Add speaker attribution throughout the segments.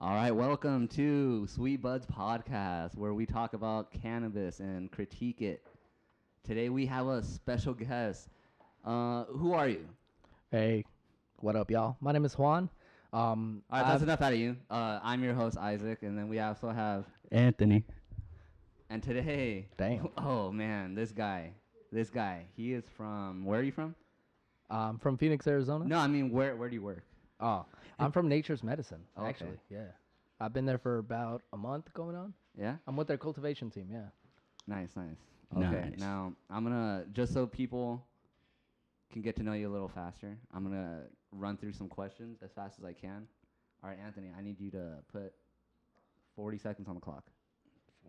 Speaker 1: right, welcome to Sweet Buds Podcast, where we talk about cannabis and critique it. Today we have a special guest. Uh, who are you?
Speaker 2: Hey, what up, y'all? My name is Juan. Um,
Speaker 1: All right, that's
Speaker 2: I've-
Speaker 1: enough out of you. Uh, I'm your host Isaac, and then we also have
Speaker 3: Anthony.
Speaker 1: and today.
Speaker 2: Damn.
Speaker 1: Oh man, this guy, this guy. He is from. Where are you from?
Speaker 2: I'm from Phoenix, Arizona.
Speaker 1: No, I mean where where do you work?
Speaker 2: Oh, I'm from Nature's Medicine,
Speaker 1: Okay.
Speaker 2: actually. Yeah. I've been there for about a month going on.
Speaker 1: Yeah.
Speaker 2: I'm with their cultivation team, yeah.
Speaker 1: Nice, nice. Okay.
Speaker 3: Nice.
Speaker 1: Now I'm gonna just so people can get to know you a little faster. I'm gonna run through some questions as fast as I can. All right, Anthony, I need you to put 40 seconds on the clock.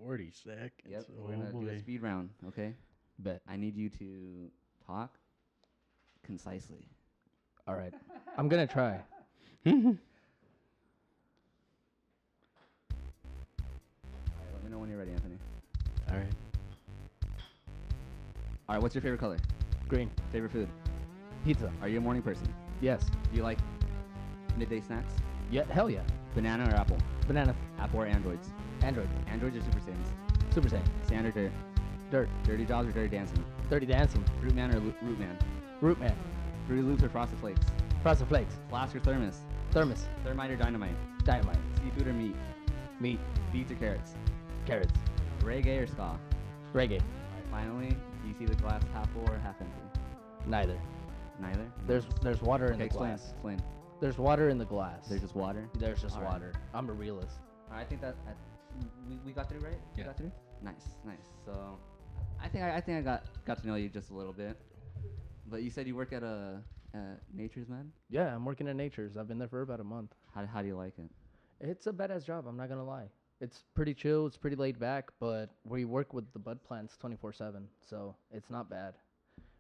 Speaker 3: 40 seconds.
Speaker 1: Yep. We're gonna do a speed round. Okay.
Speaker 2: Bet.
Speaker 1: I need you to talk concisely.
Speaker 2: All right. I'm going to try.
Speaker 1: All right, let me know when you're ready, Anthony.
Speaker 3: All right.
Speaker 1: All right. What's your favorite color?
Speaker 2: Green.
Speaker 1: Favorite food?
Speaker 2: Pizza.
Speaker 1: Are you a morning person?
Speaker 2: Yes.
Speaker 1: Do you like midday snacks?
Speaker 2: Yeah. Hell yeah.
Speaker 1: Banana or apple?
Speaker 2: Banana.
Speaker 1: Apple or androids?
Speaker 2: Android.
Speaker 1: Androids or super saiyans?
Speaker 2: Super Saiyan.
Speaker 1: Sand or dirt?
Speaker 2: Dirt.
Speaker 1: Dirty Jobs or Dirty Dancing?
Speaker 2: Dirty Dancing.
Speaker 1: Root Man or Lo- Root Man?
Speaker 2: Root Man.
Speaker 1: Fruity Loops or Frosted Flakes?
Speaker 2: Frosted Flakes.
Speaker 1: Flask or Thermos?
Speaker 2: Thermos.
Speaker 1: Thermite or Dynamite?
Speaker 2: Dynamite.
Speaker 1: Seafood or meat?
Speaker 2: Meat.
Speaker 1: Beets or carrots?
Speaker 2: Carrots.
Speaker 1: Reggae or ska?
Speaker 2: Reggae.
Speaker 1: Finally, do you see the glass half full or half empty?
Speaker 2: Neither.
Speaker 1: Neither.
Speaker 2: There's there's water in
Speaker 1: okay,
Speaker 2: the
Speaker 1: explain.
Speaker 2: glass.
Speaker 1: Explain.
Speaker 2: There's water in the glass.
Speaker 1: There's just water.
Speaker 2: There's just
Speaker 1: All right.
Speaker 2: water. I'm a realist.
Speaker 1: All right, I think that I, we, we got through, right? We
Speaker 2: Yeah.
Speaker 1: got through. Nice, nice. So, I think I, I think I got got to know you just a little bit. But you said you work at a at Nature's Med.
Speaker 2: Yeah, I'm working at Nature's. I've been there for about a month.
Speaker 1: How how do you like it?
Speaker 2: It's a badass job. I'm not gonna lie. It's pretty chill. It's pretty laid back, but we work with the bud plants 24/7, so it's not bad.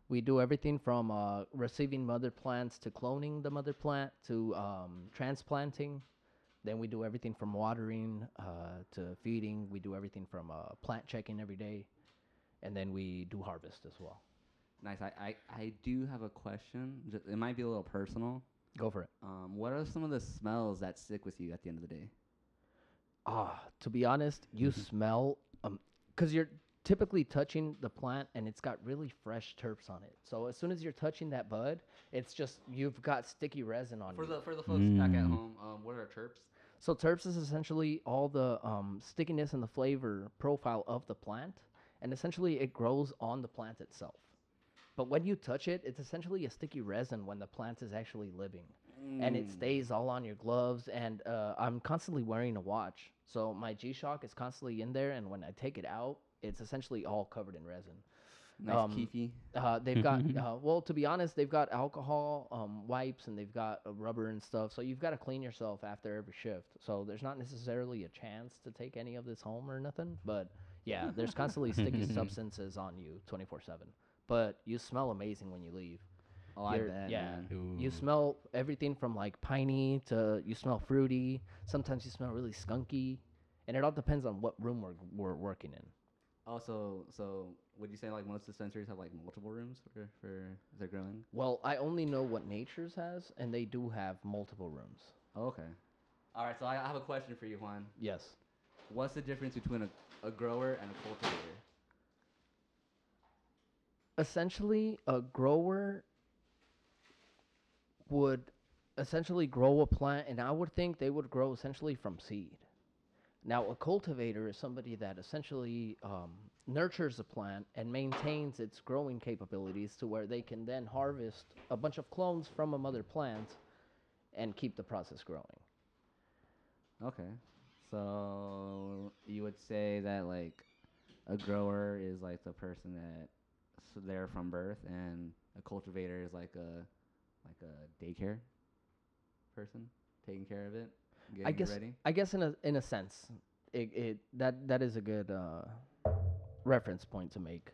Speaker 2: We do everything from uh, receiving mother plants to cloning the mother plant to um, transplanting. Then we do everything from watering uh, to feeding. We do everything from uh, plant checking every day, and then we do harvest as well.
Speaker 1: Nice. I, I, I do have a question. Ju- It might be a little personal.
Speaker 2: Go for it.
Speaker 1: Um, what are some of the smells that stick with you at the end of the day?
Speaker 2: Ah, to be honest, you smell um, because you're typically touching the plant and it's got really fresh terps on it. So as soon as you're touching that bud, it's just you've got sticky resin on
Speaker 1: For
Speaker 2: you.
Speaker 1: the for the folks back at
Speaker 3: Mm.
Speaker 1: home, um, what are chirps?
Speaker 2: so terps is essentially all the um, stickiness and the flavor profile of the plant, and essentially it grows on the plant itself. But when you touch it, it's essentially a sticky resin when the plant is actually living and
Speaker 3: Mm.
Speaker 2: it stays all on your gloves. And uh, I'm constantly wearing a watch, so my G-Shock is constantly in there. And when I take it out, it's essentially all covered in resin.
Speaker 1: nice
Speaker 2: um,
Speaker 1: keefy.
Speaker 2: Uh, they've got uh, well, to be honest, they've got alcohol um, wipes and they've got uh, rubber and stuff. So you've got to clean yourself after every shift. So there's not necessarily a chance to take any of this home or nothing. But yeah, there's constantly sticky substances on you 24/7. But you smell amazing when you leave.
Speaker 1: Oh, I
Speaker 2: you're-
Speaker 1: bet.
Speaker 2: yeah.
Speaker 1: man.
Speaker 2: You
Speaker 3: Mm-hmm.
Speaker 2: smell everything from like piney to you smell fruity. Sometimes you smell really skunky, and it all depends on what room we're, we're working in.
Speaker 1: Also, Oh, so would you say like most dispensaries have like multiple rooms for for they're growing?
Speaker 2: Well, I only know what Nature's has, and they do have multiple rooms.
Speaker 1: Oh, okay. All right. So I I have a question for you, Juan.
Speaker 2: Yes.
Speaker 1: What's the difference between a, a grower and a cultivator?
Speaker 2: Essentially, a grower would essentially grow a plant, and I would think they would grow essentially from seed. Now, a cultivator is somebody that essentially um, nurtures a plant and maintains its growing capabilities to where they can then harvest a bunch of clones from a mother plant and keep the process growing.
Speaker 1: Okay. So you would say that like a grower is like the person that's there from birth, and a cultivator is like a like a daycare person taking care of it, getting
Speaker 2: I guess
Speaker 1: it ready.
Speaker 2: I guess in a in a sense, it, it that that is a good uh, reference point to make.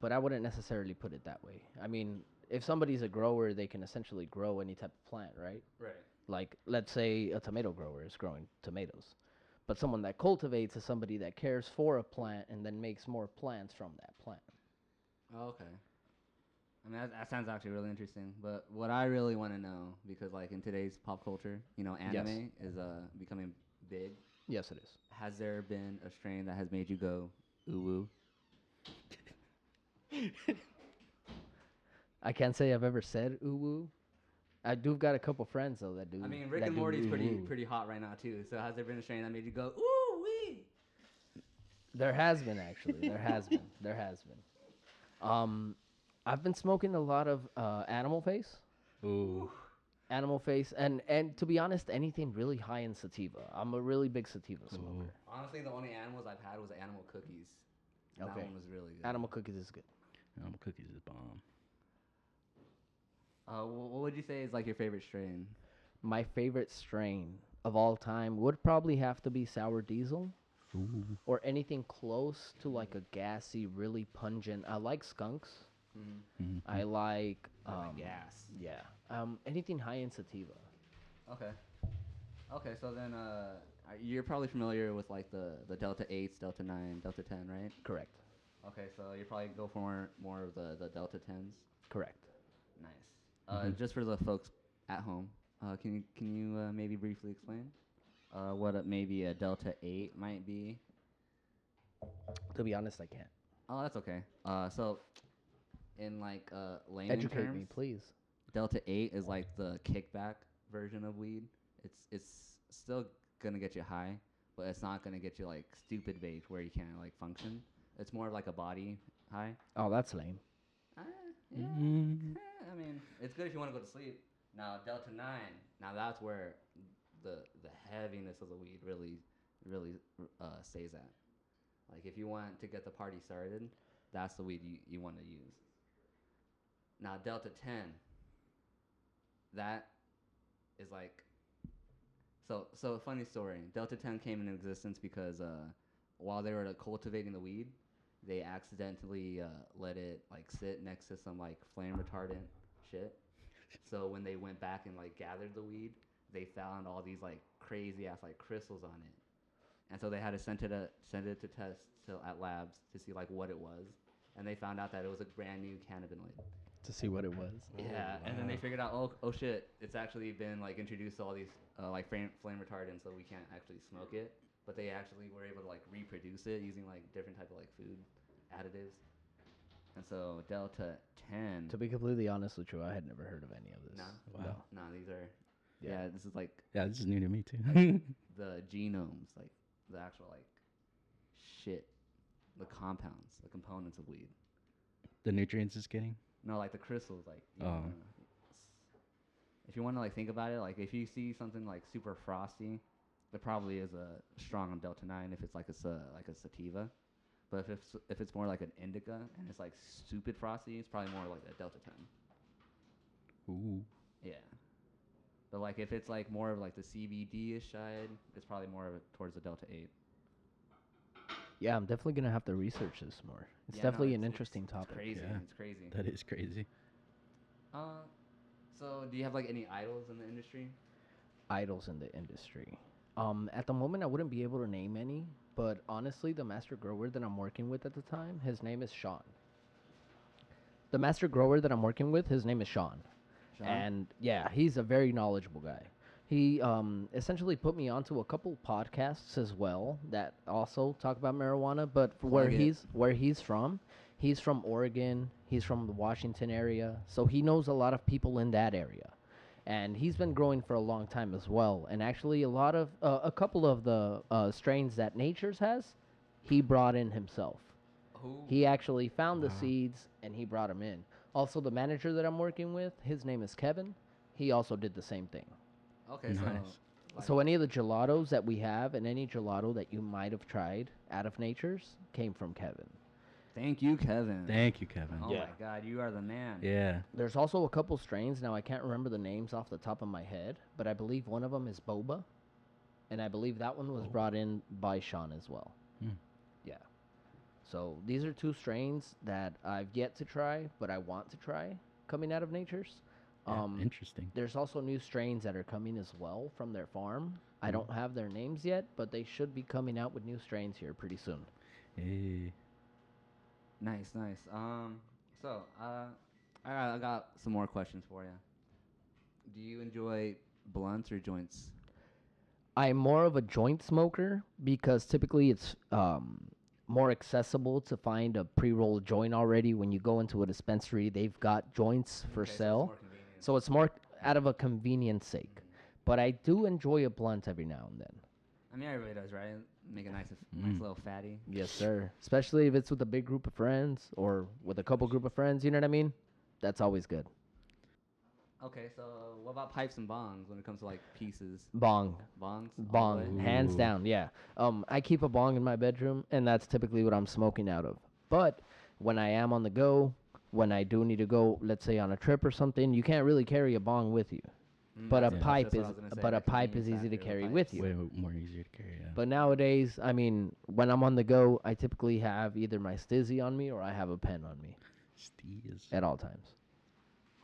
Speaker 2: But I wouldn't necessarily put it that way. I mean, if somebody's a grower, they can essentially grow any type of plant, right?
Speaker 1: Right.
Speaker 2: Like let's say a tomato grower is growing tomatoes. But someone that cultivates is somebody that cares for a plant and then makes more plants from that plant.
Speaker 1: Oh, okay. I mean, that, that sounds actually really interesting. But what I really want to know, because like in today's pop culture, you know, anime is uh, becoming big.
Speaker 2: Yes, it is.
Speaker 1: Has there been a strain that has made you go ooh woo?
Speaker 2: I can't say I've ever said ooh woo. I do got a couple friends though that do.
Speaker 1: I mean, Rick
Speaker 2: Mm-hmm. that
Speaker 1: and
Speaker 2: do
Speaker 1: Morty's
Speaker 2: ooh
Speaker 1: pretty
Speaker 2: woo.
Speaker 1: pretty hot right now too. So has there been a strain that made you go ooh wee?
Speaker 2: There has been actually. There has been. There has been. Um, I've been smoking a lot of uh, Animal Face.
Speaker 3: Ooh.
Speaker 2: Animal Face, and and to be honest, anything really high in sativa. I'm a really big sativa smoker.
Speaker 3: Ooh.
Speaker 1: Honestly, the only animals I've had was animal cookies. and That
Speaker 2: Okay.
Speaker 1: one was really good.
Speaker 2: Animal cookies is good.
Speaker 3: Um, cookies is bomb.
Speaker 1: Uh, wh- what would you say is like your favorite strain?
Speaker 2: My favorite strain of all time would probably have to be sour diesel
Speaker 3: Ooh.
Speaker 2: or anything close to like a gassy, really pungent. I like skunks.
Speaker 1: Mm.
Speaker 3: Mm-hmm.
Speaker 2: I like
Speaker 1: Like
Speaker 2: um,
Speaker 1: gas.
Speaker 2: Yeah. Um, anything high in sativa.
Speaker 1: Okay. Okay, so then uh, uh, you're probably familiar with like the, the Delta 8s, Delta 9, Delta 10, right?
Speaker 2: Correct.
Speaker 1: Okay, so you probably go for more, more of the, the Delta 10s.
Speaker 2: Correct.
Speaker 1: Nice. Uh,
Speaker 2: Mm-hmm.
Speaker 1: Just for the folks at home, uh, can you, can you uh, maybe briefly explain uh, what a, maybe a Delta 8 might be?
Speaker 2: To be honest, I can't.
Speaker 1: Oh, that's okay. Uh, so, in like uh, layman
Speaker 2: Educate
Speaker 1: terms,
Speaker 2: me, please.
Speaker 1: Delta Eight is like the kickback version of weed. It's it's still gonna get you high, but it's not gonna get you like stupid vague where you can't like function. It's more of like a body high.
Speaker 2: Oh, that's lame.
Speaker 1: Ah, yeah.
Speaker 2: Mm-hmm.
Speaker 3: Mm.
Speaker 1: eh, I mean, it's good if you want to go to sleep. Now Delta Nine. Now that's where the the heaviness of the weed really really uh, stays at. Like if you want to get the party started, that's the weed you, you want to use. Now Delta Ten. That is like. So so a funny story. Delta Ten came into existence because uh, while they were cultivating the weed, they accidentally uh, let it like sit next to some like flame retardant shit. So when they went back and like gathered the weed, they found all these like crazy ass like crystals on it, and so they had to send it a, send it to test to, at labs to see like what it was, and they found out that it was a brand new cannabinoid.
Speaker 2: To see what it was.
Speaker 1: Yeah, and then they figured out, oh, oh shit, it's actually been like introduced to all these uh, like flame, flame retardants, so we can't actually smoke it. But they actually were able to like reproduce it using like different type of like food additives. And so Delta Ten,
Speaker 2: To be completely honest with you, I had never heard of any of this.
Speaker 1: No?
Speaker 3: Wow.
Speaker 1: no, these are, yeah.
Speaker 2: Yeah.
Speaker 1: this is like
Speaker 3: Yeah, this is new to me too.
Speaker 1: the genomes, like the actual like shit, the compounds, the components of weed.
Speaker 3: the nutrients is getting.
Speaker 1: No, like the crystals, like. you
Speaker 3: Oh.
Speaker 1: wanna- If you want to like think about it, like if you see something like super frosty, it probably is a strong delta nine if it's like a sa- like a sativa, but if it's if it's more like an indica and it's like stupid frosty, it's probably more like a delta ten.
Speaker 3: Ooh.
Speaker 1: Yeah, but like if it's like more of like the CBD ish side, it's probably more of a, towards the delta eight.
Speaker 2: Yeah, I'm definitely gonna have to research this more. It's
Speaker 1: Yeah, no,
Speaker 2: definitely an
Speaker 1: it's-
Speaker 2: interesting topic.
Speaker 1: It's crazy.
Speaker 3: Yeah.
Speaker 1: It's crazy.
Speaker 3: That is crazy.
Speaker 1: Uh, so do you have like any idols in the industry?
Speaker 2: Idols in the industry. Um, at the moment, I wouldn't be able to name any, but honestly, the master grower that I'm working with at the time, his name is Sean. The master grower that I'm working with, his name is Sean.
Speaker 1: Sean?
Speaker 2: And yeah, he's a very knowledgeable guy. He um, essentially put me onto a couple podcasts as well that also talk about marijuana, but f- where
Speaker 1: Plug it.
Speaker 2: he's where he's from, he's from Oregon, he's from the Washington area, so he knows a lot of people in that area. And he's been growing for a long time as well. And actually, a lot of uh, a couple of the uh, strains that Nature's has, he brought in himself.
Speaker 1: Who?
Speaker 2: He actually found the seeds and he brought them in. Also, the manager that I'm working with, his name is Kevin. He also did the same thing.
Speaker 1: okay,
Speaker 3: Nice.
Speaker 1: so like,
Speaker 2: so, any of the gelatos that we have and any gelato that you might have tried out of Nature's came from Kevin.
Speaker 1: Thank you, Kevin.
Speaker 3: Thank you, Kevin.
Speaker 1: Oh my
Speaker 2: Yeah.
Speaker 1: God, you are the man.
Speaker 3: Yeah.
Speaker 2: There's also a couple strains. Now, I can't remember the names off the top of my head, but I believe one of them is Boba. And I believe that one was brought in by Sean as well.
Speaker 3: Oh. Hmm.
Speaker 2: Yeah. So, these are two strains that I've yet to try, but I want to try coming out of Nature's.
Speaker 3: Yeah,
Speaker 2: Um,
Speaker 3: Interesting.
Speaker 2: There's also new strains that are coming as well from their farm.
Speaker 3: Hmm.
Speaker 2: I don't have their names yet, but they should be coming out with new strains here pretty soon.
Speaker 3: Hey.
Speaker 1: Nice, nice. Um, so uh, I got, I got some more questions for you. Do you enjoy blunts or joints?
Speaker 2: I'm more of a joint smoker because typically it's um, more accessible to find a pre-rolled joint already. When you go into a dispensary, they've got joints for
Speaker 1: Okay, so it's
Speaker 2: sale,
Speaker 1: more convenient.
Speaker 2: so it's more out of a convenience sake. But I do enjoy a blunt every now and then.
Speaker 1: I mean, everybody does, right? Make a nice, nice
Speaker 2: Mm-hmm.
Speaker 3: Mm.
Speaker 1: little fatty.
Speaker 2: Yes, sir. Especially if it's with a big group of friends or with a couple group of friends. You know what I mean? That's always good.
Speaker 1: Okay, so what about pipes and bongs when it comes to like pieces?
Speaker 2: Bong.
Speaker 1: Bongs? all the
Speaker 2: Bong,
Speaker 1: way?
Speaker 2: hands
Speaker 3: Ooh.
Speaker 2: down, yeah. Um, I keep a bong in my bedroom, and that's typically what I'm smoking out of. But when I am on the go, when I do need to go, let's say on a trip or something, you can't really carry a bong with you.
Speaker 1: Mm,
Speaker 2: But a
Speaker 1: that's- that's
Speaker 2: pipe
Speaker 1: just what I
Speaker 2: is-
Speaker 1: was gonna say,
Speaker 2: but
Speaker 1: the
Speaker 2: a pipe is
Speaker 1: convenience
Speaker 2: easy to
Speaker 1: factor
Speaker 2: carry
Speaker 1: pipes.
Speaker 2: with you.
Speaker 3: Way w- more easier to carry. Yeah.
Speaker 2: But nowadays, I mean, when I'm on the go, I typically have either my stizzy on me or I have a pen on me
Speaker 3: Steez.
Speaker 2: at all times.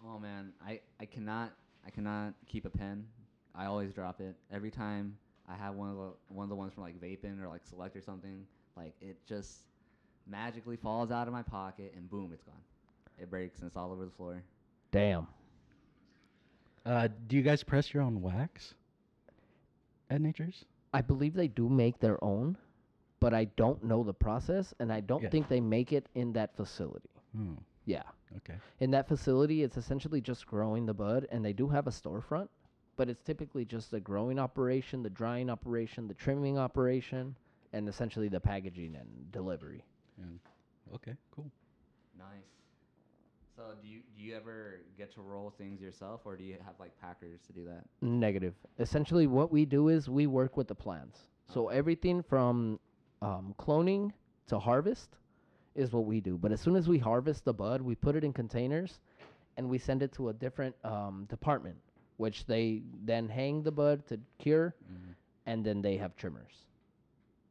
Speaker 1: Oh man, I, I cannot I cannot keep a pen. I always drop it every time I have one of the one of the ones from like vaping or like select or something. Like it just magically falls out of my pocket and boom, it's gone. It breaks and it's all over the floor.
Speaker 2: Damn.
Speaker 3: Uh, do you guys press your own wax at Nature's?
Speaker 2: I believe they do make their own, but I don't know the process, and I don't
Speaker 3: Yeah.
Speaker 2: think they make it in that facility.
Speaker 3: Oh,
Speaker 2: Yeah.
Speaker 3: okay.
Speaker 2: in that facility it's essentially just growing the bud and they do have a storefront but it's typically just the growing operation the drying operation the trimming operation and essentially the packaging and delivery
Speaker 3: And, okay, cool.
Speaker 1: Nice. So do you do you ever get to roll things yourself or do you have like packers to do that?
Speaker 2: negative essentially what we do is we work with the plants so everything from um, cloning to harvest is what we do but as soon as we harvest the bud we put it in containers and we send it to a different um, department which they then hang the bud to cure
Speaker 3: Mm.
Speaker 1: Mm-hmm.
Speaker 2: and then they have trimmers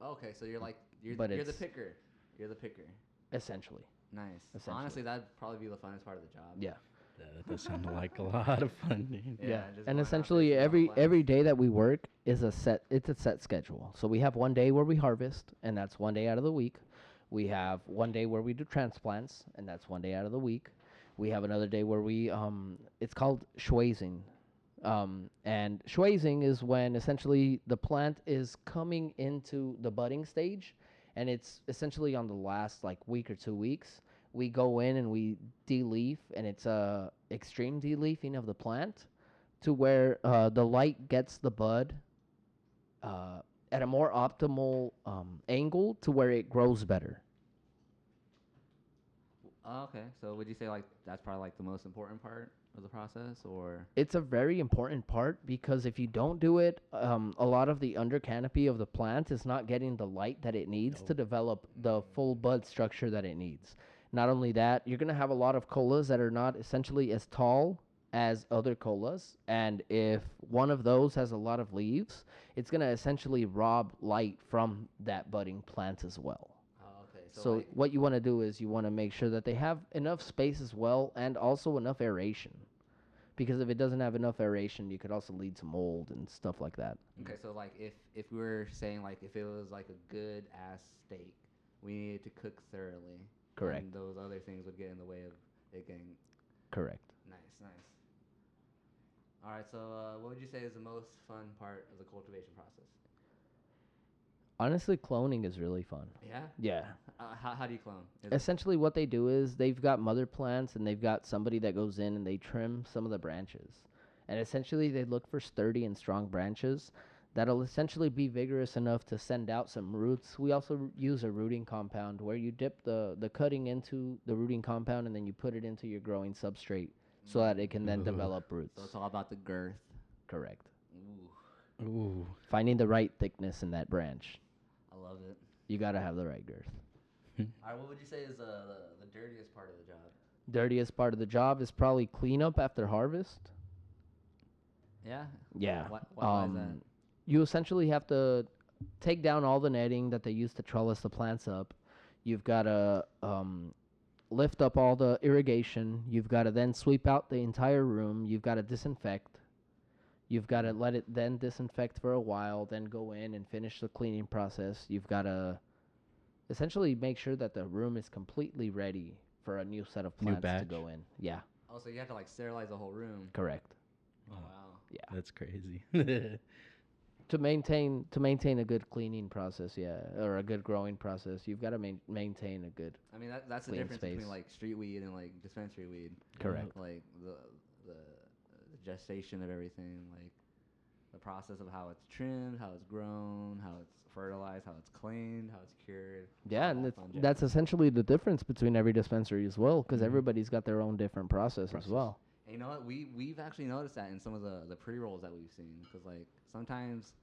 Speaker 1: Okay, so you're like you're
Speaker 2: But
Speaker 1: the, you're the
Speaker 2: it's-
Speaker 1: picker. You're the picker.
Speaker 2: essentially.
Speaker 1: Nice.
Speaker 2: Essentially.
Speaker 1: Honestly, that'd probably be the funnest part of the job.
Speaker 2: Yeah.
Speaker 3: That does sound like a lot of fun. dude.
Speaker 1: Yeah, just going
Speaker 2: And
Speaker 1: out
Speaker 2: essentially
Speaker 1: fishing on a
Speaker 2: every
Speaker 1: flat.
Speaker 2: every day that we work is a set it's a set schedule. So we have one day where we harvest and that's one day out of the week. We have one day where we do transplants and that's one day out of the week. We have another day where we um it's called schwazing. Um, and schwazing is when essentially the plant is coming into the budding stage and it's essentially on the last like week or two weeks we go in and we de-leaf and it's a extreme de-leafing of the plant to where uh, the light gets the bud uh, at a more optimal um, angle to where it grows better
Speaker 1: Oh, okay. So would you say like that's probably like the most important part of the process, or
Speaker 2: it's a very important part because if you don't do it um, a lot of the under canopy of the plant is not getting the light that it needs to develop the full bud structure that it needs not only that you're going to have a lot of colas that are not essentially as tall as other colas and if one of those has a lot of leaves it's going to essentially rob light from that budding plant as well
Speaker 1: oh, okay.
Speaker 2: so, what you want to do is you want to make sure that they have enough space as well, and also enough aeration, because if it doesn't have enough aeration, you could also lead to mold and stuff like that.
Speaker 1: okay, so like if if we were saying like if it was like a good ass steak, we needed to cook thoroughly.
Speaker 2: Correct.
Speaker 1: And those other things would get in the way of it getting
Speaker 2: Correct.
Speaker 1: nice, nice. All right. So uh, what would you say is the most fun part of the cultivation process?
Speaker 2: Honestly, cloning is really fun.
Speaker 1: Yeah.
Speaker 2: Yeah.
Speaker 1: Uh, how how do you clone? Is it-
Speaker 2: Essentially, what they do is they've got mother plants, and they've got somebody that goes in and they trim some of the branches, and essentially they look for sturdy and strong branches. That'll essentially be vigorous enough to send out some roots. We also r- use a rooting compound where you dip the, the cutting into the rooting compound and then you put it into your growing substrate so that it can then
Speaker 3: Ooh.
Speaker 2: develop roots.
Speaker 1: so it's all about the girth.
Speaker 2: Correct.
Speaker 1: Ooh,
Speaker 3: Ooh.
Speaker 2: Finding the right thickness in that branch.
Speaker 1: I love it.
Speaker 2: You gotta have the right girth.
Speaker 1: All right. What would you say is uh, the the dirtiest part of the job?
Speaker 2: Dirtiest part of the job is probably cleanup after harvest.
Speaker 1: Yeah.
Speaker 2: Yeah.
Speaker 1: What, what why is that?
Speaker 2: Um, you essentially have to take down all the netting that they use to trellis the plants up. You've got to um, lift up all the irrigation. You've got to then sweep out the entire room. You've got to disinfect. You've got to let it then disinfect for a while, then go in and finish the cleaning process. You've got to essentially make sure that the room is completely ready for a new set of
Speaker 3: New
Speaker 2: plants to
Speaker 3: batch?
Speaker 2: go in. Yeah,
Speaker 1: Oh, so you have to
Speaker 2: Oh.
Speaker 1: like sterilize the whole room.
Speaker 2: correct.
Speaker 1: Wow.
Speaker 3: That's crazy.
Speaker 2: to maintain to maintain a good cleaning process, yeah, or a good growing process, you've got to main, maintain a good.
Speaker 1: I mean, that, that's the
Speaker 2: Clean
Speaker 1: difference
Speaker 2: space.
Speaker 1: between like street weed and like dispensary weed.
Speaker 3: Correct.
Speaker 1: Like the, the the gestation of everything, like the process of how it's trimmed, how it's grown, how it's fertilized, how it's cleaned, how it's cured. all
Speaker 2: Yeah, and
Speaker 1: that
Speaker 2: it's,
Speaker 1: fun jazz.
Speaker 2: that's essentially the difference between every dispensary as well, because
Speaker 3: Mhm.
Speaker 2: everybody's got their own different Mm-hmm. process,
Speaker 3: Process.
Speaker 2: as well.
Speaker 1: And you know what? We we've actually noticed that in some of the the pre rolls that we've seen because like sometimes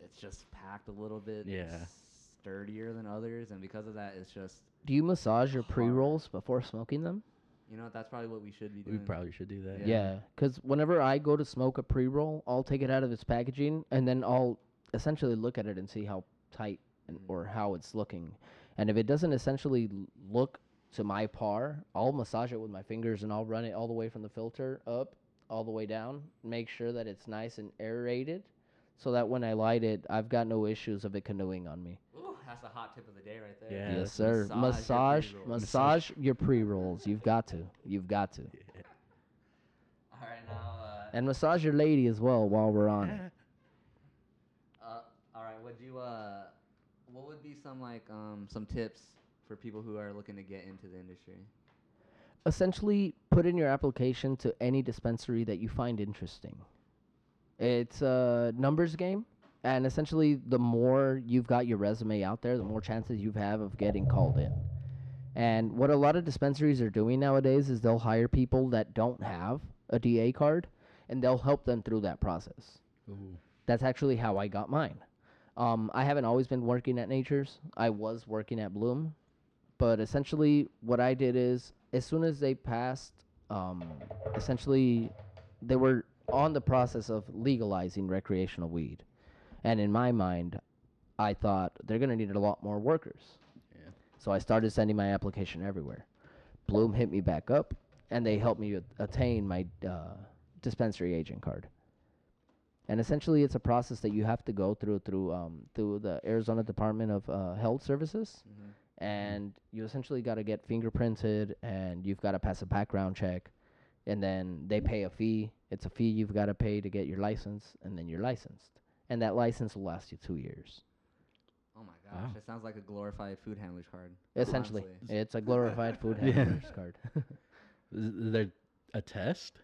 Speaker 1: it's just packed a little bit
Speaker 3: Yeah.
Speaker 1: sturdier than others, and because of that, it's just
Speaker 2: Do you massage your
Speaker 1: Hard.
Speaker 2: pre rolls before smoking them?
Speaker 1: you know what, that's probably what we should be
Speaker 3: We
Speaker 1: doing.
Speaker 3: probably should do that.
Speaker 1: Yeah.
Speaker 2: Yeah, because whenever I go to smoke a pre roll, I'll take it out of its packaging and then I'll essentially look at it and see how tight and,
Speaker 1: Mhm.
Speaker 2: or how it's looking. And if it doesn't essentially l- look to my par, I'll massage it with my fingers and I'll run it all the way from the filter up, all the way down, make sure that it's nice and aerated so that when I light it, I've got no issues of it canoeing on me.
Speaker 1: Ooh, that's the hot tip of the day right there.
Speaker 3: Yeah,
Speaker 2: yes,
Speaker 3: that's
Speaker 2: sir. Massage,
Speaker 1: Massage your pre-roll.
Speaker 2: massage your pre rolls. You've got to. You've got to.
Speaker 1: All right, now. Uh,
Speaker 2: And massage your lady as well while we're on it.
Speaker 1: Uh, all right. Would you? Uh, what would be some like um, some tips for people who are looking to get into the industry?
Speaker 2: essentially put in your application to any dispensary that you find interesting. It's a numbers game, and essentially, the more you've got your resume out there, the more chances you have of getting called in. And what a lot of dispensaries are doing nowadays is they'll hire people that don't have a DA card, and they'll help them through that process.
Speaker 3: Ooh.
Speaker 2: That's actually how I got mine. Um, I haven't always been working at Nature's. I was working at Bloom, but essentially what I did is, as soon as they passed, um, essentially they were on the process of legalizing recreational weed, and in my mind, I thought they're gonna need a lot more workers.
Speaker 3: Yeah.
Speaker 2: So I started sending my application everywhere. Bloom hit me back up, and they helped me a- attain my uh, dispensary agent card. And essentially, it's a process that you have to go through through um, through the Arizona Department of uh, Health Services,
Speaker 1: Mm-hmm.
Speaker 2: and you essentially got to get fingerprinted, and you've got to pass a background check, and then they pay a fee. It's a fee you've got to pay to get your license, and then you're licensed, and that license will last you two years.
Speaker 1: Oh my gosh,
Speaker 3: Wow.
Speaker 1: it sounds like a glorified food handler's card.
Speaker 2: Essentially,
Speaker 1: honestly.
Speaker 2: it's a glorified food
Speaker 3: Yeah.
Speaker 2: handler's card.
Speaker 3: Is there a test?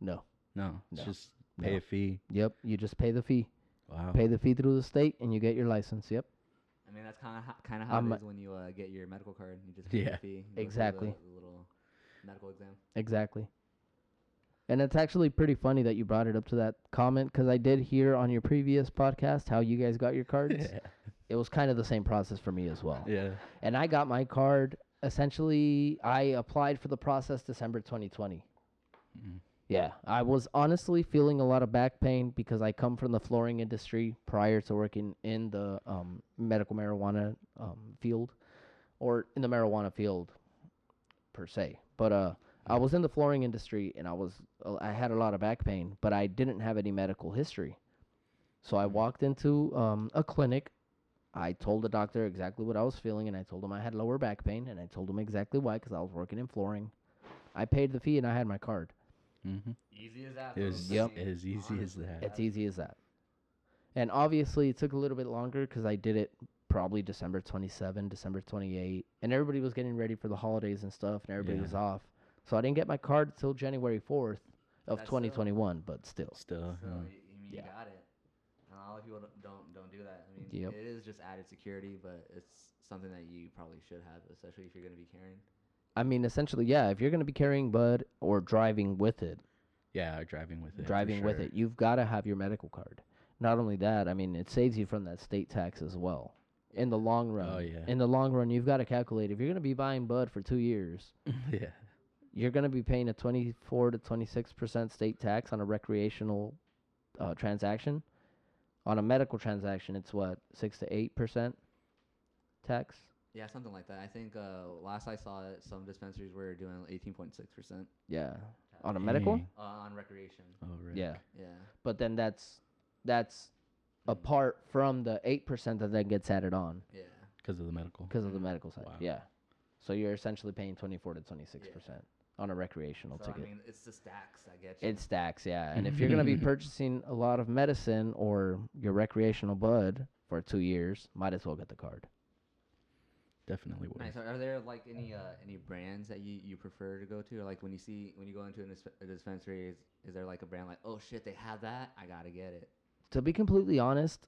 Speaker 2: No.
Speaker 3: No. It's
Speaker 2: No.
Speaker 3: just pay
Speaker 2: No.
Speaker 3: a fee.
Speaker 2: Yep. You just pay the fee.
Speaker 3: Wow.
Speaker 2: Pay the fee through the state, and you get your license. Yep.
Speaker 1: I mean, that's kind of kind of how
Speaker 2: I'm-
Speaker 1: it is when you uh, get your medical card. You just pay the
Speaker 3: Yeah.
Speaker 1: fee, you go through
Speaker 2: Exactly.
Speaker 1: The, the little medical exam.
Speaker 2: Exactly. And it's actually pretty funny that you brought it up to that comment because I did hear on your previous podcast how you guys got your cards.
Speaker 3: Yeah.
Speaker 2: It was kind of the same process for me as well.
Speaker 3: yeah.
Speaker 2: And I got my card essentially, I applied for the process December 2020.
Speaker 3: Mm.
Speaker 2: Yeah, I was honestly feeling a lot of back pain because I come from the flooring industry prior to working in the um, medical marijuana um, field or in the marijuana field per se. But uh, I was in the flooring industry and I was uh, I had a lot of back pain, but I didn't have any medical history. So I walked into um, a clinic. I told the doctor exactly what I was feeling, and I told him I had lower back pain, and I told him exactly why because I was working in flooring. I paid the fee and I had my card.
Speaker 3: Mm-hmm.
Speaker 1: Easy as that.
Speaker 3: It
Speaker 1: though,
Speaker 3: was
Speaker 1: I
Speaker 2: Yep.
Speaker 1: mean,
Speaker 3: as easy as
Speaker 1: honestly,
Speaker 3: that.
Speaker 2: It's easy as that. And obviously, it took a little bit longer because I did it probably December 27, December 28, and everybody was getting ready for the holidays and stuff, and everybody
Speaker 3: Yeah.
Speaker 2: was off. So I didn't get my card till January 4th of
Speaker 1: That's still-
Speaker 2: 2021, but still.
Speaker 3: Still.
Speaker 1: So
Speaker 3: yeah.
Speaker 1: y- you mean
Speaker 2: hmm. Yeah.
Speaker 1: you got it. And a lot of people don't- don't don't do that. I mean,
Speaker 2: Yep.
Speaker 1: it is just added security, but it's something that you probably should have, especially if you're going to be carrying.
Speaker 2: I mean, essentially, yeah, if you're going to be carrying bud or driving with it,
Speaker 3: Yeah, or driving with it. for
Speaker 2: driving with
Speaker 3: sure.
Speaker 2: it, you've got to have your medical card. Not only that, I mean, it saves you from that state tax as well. In the long run,
Speaker 3: Oh, yeah.
Speaker 2: in the long run, you've got to calculate if you're going to be buying bud for two years,
Speaker 3: yeah.
Speaker 2: you're going to be paying a 24 to 26 percent state tax on a recreational uh, transaction. On a medical transaction, it's what six to eight percent tax.
Speaker 1: Yeah, something like that. I think uh, last I saw it, some dispensaries were doing 18.6%
Speaker 2: Yeah, on a medical.
Speaker 3: Dang.
Speaker 1: uh, on recreation.
Speaker 3: Oh, right.
Speaker 2: Yeah,
Speaker 1: Yeah.
Speaker 2: but then that's that's apart from the eight percent that then gets added on
Speaker 1: Yeah.
Speaker 3: Because of the medical.
Speaker 2: because of the medical side.
Speaker 3: Wow.
Speaker 2: Yeah, so you're essentially paying 24 to 26 percent. on a recreational
Speaker 1: So, I
Speaker 2: ticket.
Speaker 1: mean, it's the stacks I get. You.
Speaker 2: It stacks, yeah. And if you're gonna be purchasing a lot of medicine or your recreational bud for two years, might as well get the card.
Speaker 3: Definitely would.
Speaker 1: nice. Are, are there like any uh, any brands that you, you prefer to go to, or like when you see when you go into a, disp- a dispensary, is, is there like a brand like oh shit they have that I gotta get it?
Speaker 2: To be completely honest,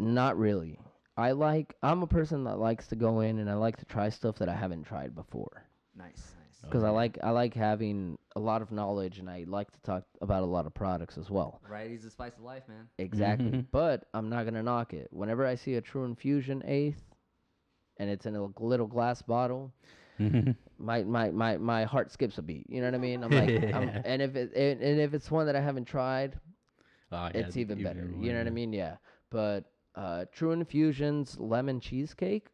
Speaker 2: not really. I like I'm a person that likes to go in and I like to try stuff that I haven't tried before.
Speaker 1: Nice, nice.
Speaker 2: Because I like I like having a lot of knowledge and I like to talk about a lot of products as well.
Speaker 1: Variety's the spice of life, man.
Speaker 2: Exactly.
Speaker 3: Mhm.
Speaker 2: But I'm not gonna knock it. Whenever I see a true infusion eighth and it's in a l- little glass bottle, my my my, my heart skips a beat. You know what I mean? I'm like I'm, and if it and, and if it's one that I haven't tried,
Speaker 3: Ah, yeah,
Speaker 2: it's even better. You know what I
Speaker 3: better.
Speaker 2: mean? Yeah. But uh True Infusions lemon cheesecake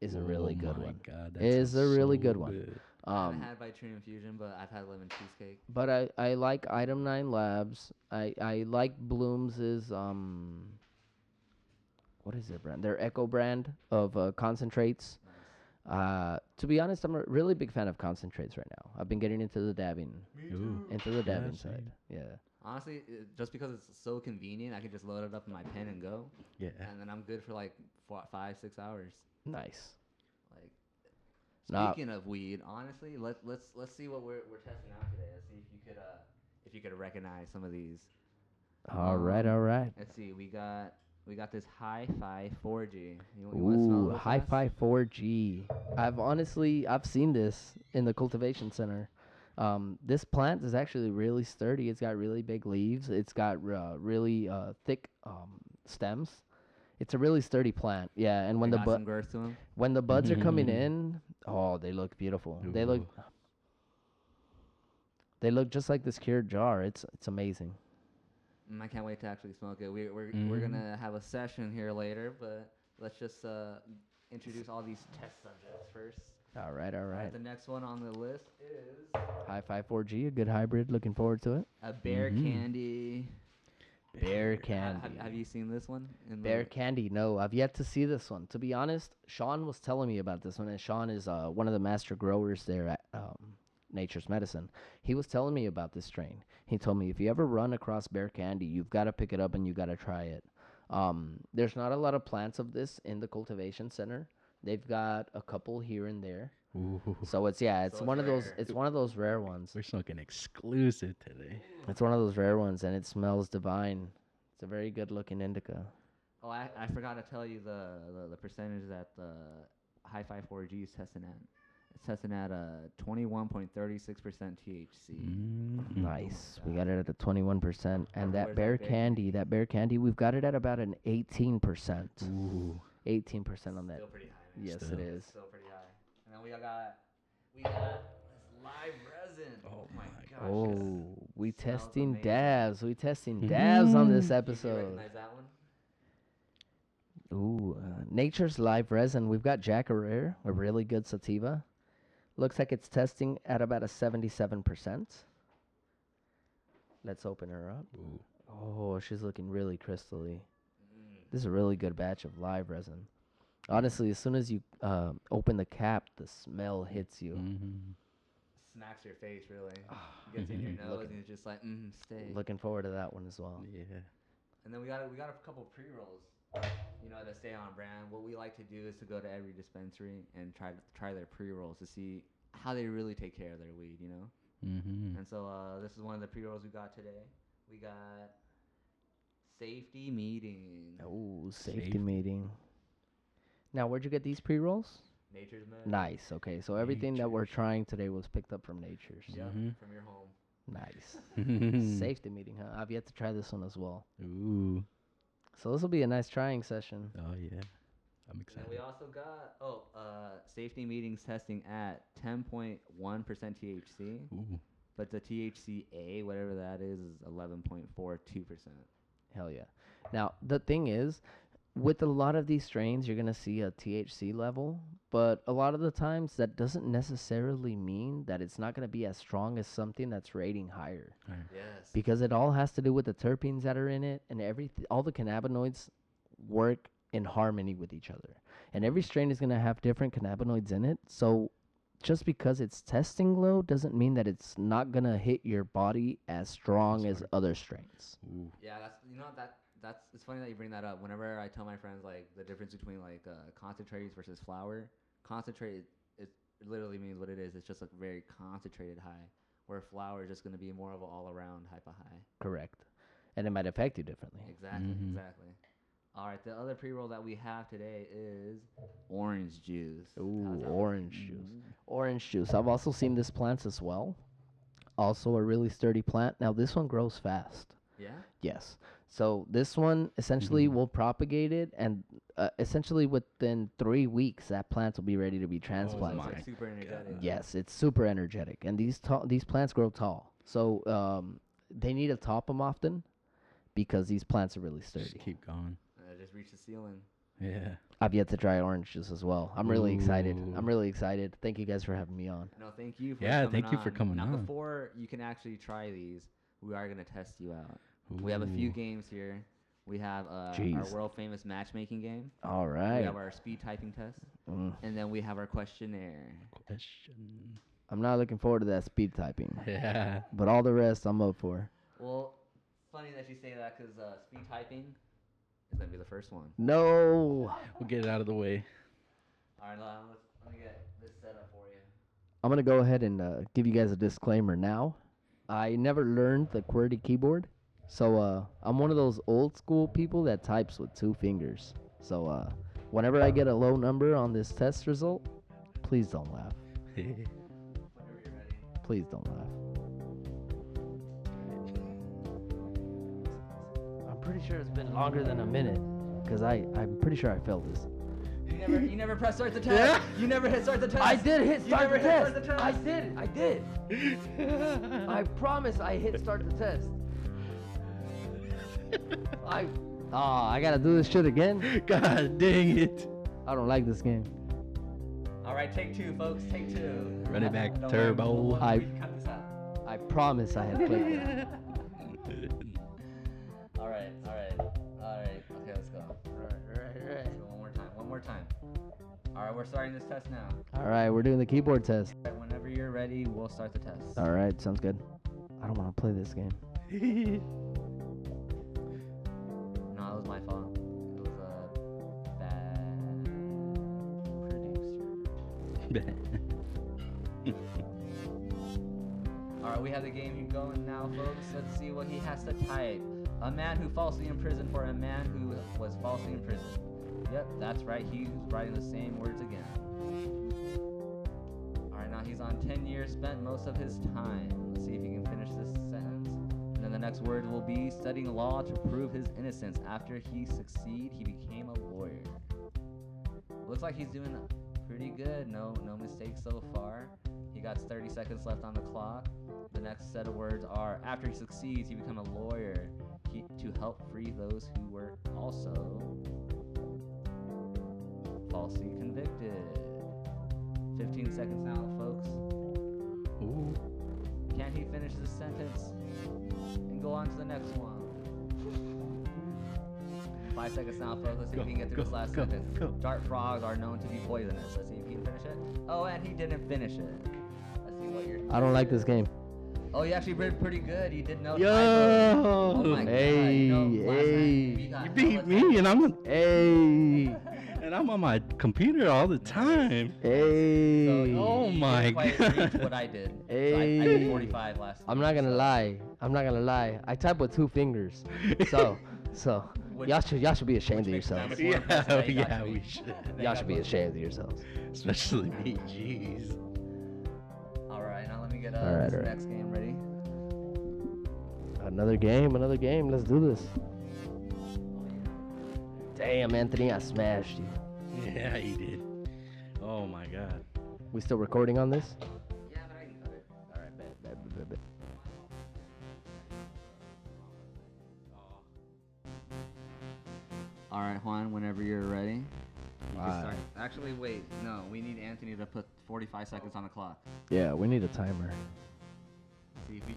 Speaker 2: is a really
Speaker 3: Oh
Speaker 2: good
Speaker 3: my
Speaker 2: one.
Speaker 3: God, that
Speaker 2: Is
Speaker 3: sounds
Speaker 2: a really
Speaker 3: so
Speaker 2: good one.
Speaker 1: I
Speaker 2: Um
Speaker 1: haven't had by True Infusion, but I've had lemon cheesecake.
Speaker 2: but I, I like Item Nine Labs. I, I like Blooms's um what is their brand? Their Echo brand of uh, concentrates. Uh, to be honest, I'm a really big fan of concentrates right now. I've been getting into the dabbing,
Speaker 3: Ooh.
Speaker 2: into the
Speaker 3: Yeah,
Speaker 2: dabbing
Speaker 3: same.
Speaker 2: side. Yeah.
Speaker 1: Honestly, it, just because it's so convenient, I can just load it up in my pen and go,
Speaker 3: Yeah.
Speaker 1: and then I'm good for like four, five, six hours.
Speaker 2: Nice.
Speaker 1: Like
Speaker 2: Nah.
Speaker 1: speaking of weed, honestly, let let's let's see what we're we're testing out today. Let's see if you could uh if you could recognize some of these.
Speaker 3: Um,
Speaker 2: All right, all right.
Speaker 1: Let's see, we got we got this hi-fi 4G. You, want- you wanna smell
Speaker 2: Ooh,
Speaker 1: this
Speaker 2: Hi
Speaker 1: mess?
Speaker 2: Fi 4G. I've honestly I've seen this in the cultivation center. Um, this plant is actually really sturdy. It's got really big leaves. It's got uh, really uh, thick um, stems. It's a really sturdy plant. Yeah, and when
Speaker 1: They
Speaker 2: the
Speaker 1: got
Speaker 2: bu-
Speaker 1: some girth to 'em.
Speaker 2: when the buds are coming in, oh, they look beautiful. They look
Speaker 3: Ooh.
Speaker 2: they look just like this cured jar. It's it's amazing.
Speaker 1: Mm, I can't wait to actually smoke it. We, we're
Speaker 2: Mm-hmm.
Speaker 1: we're gonna have a session here later, but let's just uh, introduce all these test subjects first.
Speaker 2: All right, all
Speaker 1: Alright,
Speaker 2: right.
Speaker 1: The next one on the list is
Speaker 2: Hi Fi 4G, a good hybrid. Looking forward to it.
Speaker 1: a bear candy.
Speaker 2: Bear
Speaker 1: Ha-
Speaker 2: Mm-hmm. candy.
Speaker 1: Have, have you seen this one? In
Speaker 2: Bear
Speaker 1: the,
Speaker 2: Candy. No, I've yet to see this one. To be honest, Sean was telling me about this one, and Sean is uh, one of the master growers there at um, Nature's Medicine. He was telling me about this strain. He told me if you ever run across Bear Candy, you've got to pick it up and you got to try it. Um, there's not a lot of plants of this in the cultivation center. They've got a couple here and there.
Speaker 3: Ooh.
Speaker 2: So it's yeah, it's
Speaker 1: it's
Speaker 2: one of those.
Speaker 1: rare.
Speaker 2: It's one of those rare ones.
Speaker 3: We're smoking exclusive today.
Speaker 2: It's one of those rare ones, and it smells divine. It's a very good looking indica.
Speaker 1: oh, I, I forgot to tell you the, the, the percentage that the Hi Fi 4G is testing at. It's testing at uh, a 21.36% THC.
Speaker 2: Mm-hmm.
Speaker 1: Mm-hmm.
Speaker 3: Mm.
Speaker 2: Nice. We got it at a 21%. And
Speaker 1: Where's that
Speaker 2: that bear
Speaker 1: bear
Speaker 2: candy, that bear candy, we've got it at about an 18%.
Speaker 3: Ooh.
Speaker 2: 18% on that.
Speaker 1: Still pretty high. man.
Speaker 2: Yes,
Speaker 3: Still.
Speaker 2: it is.
Speaker 1: Still pretty high. And then we got we got this live resin.
Speaker 3: Oh my
Speaker 1: gosh. it's-
Speaker 2: Oh, we
Speaker 1: Smells
Speaker 2: testing
Speaker 1: amazing.
Speaker 2: dabs. We testing dabs on this
Speaker 1: You- you
Speaker 2: episode.
Speaker 1: recognize that one?
Speaker 2: Ooh, uh, Nature's Live Resin. We've got Jack Rare, a really good sativa. Looks like it's testing at about a 77%. Let's open her up.
Speaker 3: Ooh.
Speaker 2: Oh, she's looking really crystally.
Speaker 1: Mm,
Speaker 2: This is a really good batch of live resin. Honestly, as soon as you uh, open the cap, the smell hits you.
Speaker 3: Mhm.
Speaker 1: Smacks your face really. Gets in your nose and it's just like, mm, stay.
Speaker 2: Looking forward to that one as
Speaker 1: Oh,
Speaker 2: well.
Speaker 3: Yeah.
Speaker 1: And then we got a, we got a couple pre rolls. You know, to stay on brand. What we like to do is to go to every dispensary and try try their pre rolls to see how they really take care of their weed. You know.
Speaker 2: Mm.
Speaker 3: Mm-hmm.
Speaker 1: And so uh, this is one of the pre rolls we got today. We got safety meeting.
Speaker 2: Oh, safety
Speaker 3: Safety.
Speaker 2: meeting. Now, where'd you get these pre rolls?
Speaker 1: Nature's Med.
Speaker 2: Nice. Okay, so everything that we're
Speaker 3: Nature's.
Speaker 2: trying today was picked up from Nature's.
Speaker 1: Yep,
Speaker 3: Mhm.
Speaker 1: from your home.
Speaker 2: Nice.
Speaker 3: Hmm.
Speaker 2: safety meeting, huh? I've yet to try this one as well.
Speaker 3: Ooh.
Speaker 2: So this will be a nice trying session.
Speaker 3: Oh yeah.
Speaker 1: And then
Speaker 3: I'm
Speaker 1: we
Speaker 3: excited.
Speaker 1: also got oh, uh, safety meetings testing at 10.1% THC,
Speaker 3: Ooh.
Speaker 1: but the THCA, whatever that is, is 11.42%.
Speaker 2: Hell yeah. Now, the thing is, with a lot of these strains, you're going to see a THC level, but a lot of the times that doesn't necessarily mean that it's not going to be as strong as something that's rating higher
Speaker 1: Yes.
Speaker 2: because it all has to do with the terpenes that are in it and everything all the cannabinoids work in harmony with each other. And every strain is going to have different cannabinoids in it, so just because it's testing low doesn't mean that it's not gonna hit your body as strong
Speaker 3: That's
Speaker 2: as other strains.
Speaker 3: Ooh.
Speaker 1: Yeah, that's you know that that's it's funny that you bring that up. Whenever I tell my friends like the difference between like uh, concentrates versus flour, concentrate it literally means what it is. It's just a very concentrated high, where flour is just going to be more of an all around hype of high.
Speaker 2: Correct. And it might affect you differently.
Speaker 1: Exactly,
Speaker 3: Mhm.
Speaker 1: exactly. All right, the other pre roll that we have today is orange juice. How's
Speaker 2: Ooh,
Speaker 1: that? Mm-hmm.
Speaker 2: orange juice. Mm-hmm. Orange juice. I've also seen this plant as well. Also a really sturdy plant. Now this one grows fast.
Speaker 1: Yeah.
Speaker 2: Yes. So this one essentially
Speaker 3: Mhm.
Speaker 2: will propagate it, and uh, essentially within three weeks, that plant will be ready to be
Speaker 1: So
Speaker 3: Why
Speaker 1: it's
Speaker 3: is
Speaker 2: transplanted.
Speaker 1: like
Speaker 3: it-
Speaker 1: super energetic.
Speaker 3: God.
Speaker 2: yes, it's super energetic, and these ta- these plants grow tall. So um, they need to top them often because these plants are really
Speaker 3: Just
Speaker 2: sturdy.
Speaker 3: keep going.
Speaker 1: Uh, just reach the ceiling.
Speaker 3: Yeah.
Speaker 2: I've yet to try orange juice as well. I'm really excited.
Speaker 3: Ooh.
Speaker 2: I'm really excited. Thank you guys for having me on.
Speaker 1: No, thank you. For
Speaker 3: Yeah,
Speaker 1: coming
Speaker 3: thank you for
Speaker 1: on.
Speaker 3: coming
Speaker 1: now,
Speaker 3: on.
Speaker 1: Before you can actually try these, we are gonna test you out. We have a
Speaker 3: Ooh.
Speaker 1: few games here. We have uh, our
Speaker 2: Jeez.
Speaker 1: world famous matchmaking game.
Speaker 2: All
Speaker 1: We
Speaker 2: right.
Speaker 1: have our speed typing test,
Speaker 2: Mm.
Speaker 1: and then we have our questionnaire.
Speaker 3: Question.
Speaker 2: I'm not looking forward to that speed typing,
Speaker 3: Yeah.
Speaker 2: but all the rest I'm up for.
Speaker 1: Well, funny that you say that because uh, speed typing is gonna be the first one.
Speaker 2: No,
Speaker 3: We'll get it out of the way.
Speaker 1: All right, now, let's, let me get this set up for you.
Speaker 2: I'm gonna go ahead and uh, give you guys a disclaimer now. I never learned the QWERTY keyboard, so uh, I'm one of those old school people that types with two fingers. So uh, whenever I get a low number on this test result, please don't laugh.
Speaker 1: Whenever you're ready.
Speaker 2: Please don't laugh. I'm pretty sure it's been longer than a minute, cause I I'm pretty sure I failed this.
Speaker 1: You never, you never press start the test.
Speaker 2: Yeah.
Speaker 1: You never hit start the test.
Speaker 2: I did hit
Speaker 1: You
Speaker 2: start
Speaker 1: never
Speaker 2: the
Speaker 1: hit start
Speaker 2: test.
Speaker 1: the test.
Speaker 2: I did. I did. I promise I hit start the test. I. Oh, I gotta do this shit again.
Speaker 3: God dang it.
Speaker 2: I don't like this game.
Speaker 1: All right, take two, folks. Take two.
Speaker 3: Run it back,
Speaker 1: Don't worry,
Speaker 3: turbo.
Speaker 1: we'll- we'll-
Speaker 2: I-
Speaker 1: we can cut this out.
Speaker 2: I promise I had played that.
Speaker 1: All right, all right, all right. Okay, let's go.
Speaker 2: Alright, alright,
Speaker 1: Let's go one more time. One more time. All right, we're starting this test now.
Speaker 2: alright. Alright, we're doing the keyboard test.
Speaker 1: All right, whenever you're ready, we'll start the test.
Speaker 2: Alright, sounds good. I don't wanna play this game.
Speaker 1: No, it was my fault. It was a bad producer. All right, we have the game going now, folks. Let's see what he has to type. A man who falsely imprisoned for a man who was falsely imprisoned. Yep, that's right. He's writing the same words again. All right, now he's on 10 years, spent most of his time. Let's see if he can finish this sentence. And then the next word will be studying law to prove his innocence. After he succeed, he became a lawyer. Looks like he's doing pretty good. No, no mistakes so far. He got 30 seconds left on the clock. The next set of words are after he succeeds, he become a lawyer he, to help free those who were also falsely convicted. 15 seconds now, folks.
Speaker 3: Ooh.
Speaker 1: Can he finish this sentence and go on to the next one? Five seconds now, folks. Let's see if
Speaker 3: Go,
Speaker 1: he can get through
Speaker 3: go,
Speaker 1: this last
Speaker 3: go,
Speaker 1: sentence.
Speaker 3: go.
Speaker 1: Dart frogs are known to be poisonous. Let's see if he can finish it. Oh, and he didn't finish it. Let's see what your.
Speaker 3: Uh,
Speaker 2: I don't like this game.
Speaker 1: Oh, you actually did pretty good. You did know. typos.
Speaker 3: Yo.
Speaker 1: Oh my god.
Speaker 2: Hey,
Speaker 1: You, know, last night
Speaker 2: hey.
Speaker 1: we got
Speaker 3: You
Speaker 1: hella
Speaker 3: beat me, and I'm
Speaker 2: Hey,
Speaker 3: and I'm on my computer all the time.
Speaker 1: So
Speaker 2: hey.
Speaker 1: you- you
Speaker 3: Oh
Speaker 1: didn't
Speaker 3: my
Speaker 1: quite
Speaker 3: God.
Speaker 1: reach what I did. So I, I did
Speaker 2: Hey.
Speaker 1: 45 last
Speaker 2: I'm
Speaker 1: night,
Speaker 2: not gonna
Speaker 1: so-
Speaker 2: lie. I'm not gonna lie. I type with two fingers. So, so
Speaker 1: Which-
Speaker 2: y'all should y'all should be ashamed of
Speaker 1: makes them
Speaker 2: yourselves.
Speaker 1: more impressive
Speaker 3: Yeah,
Speaker 1: that you got
Speaker 3: yeah,
Speaker 1: to
Speaker 3: we
Speaker 1: me.
Speaker 3: should.
Speaker 1: That
Speaker 2: Y'all
Speaker 1: got
Speaker 2: should be
Speaker 1: me.
Speaker 2: ashamed of yourselves.
Speaker 3: Especially me, jeez.
Speaker 1: All right, now let me get uh,
Speaker 2: Alright,
Speaker 1: this
Speaker 2: alright.
Speaker 1: next game ready.
Speaker 2: Another game, another game. Let's do this. Damn, Anthony, I smashed you.
Speaker 3: Yeah, you did. Oh my god.
Speaker 2: We still recording on this?
Speaker 1: Yeah, but I can cut it.
Speaker 2: All right, bet, bet, bet, bet, bet.
Speaker 1: All right, Juan, whenever you're ready. You
Speaker 2: Alright.
Speaker 1: can start. Actually, wait. No, we need Anthony to put 45 seconds on the clock.
Speaker 2: Yeah, we need a timer.
Speaker 1: See, if we,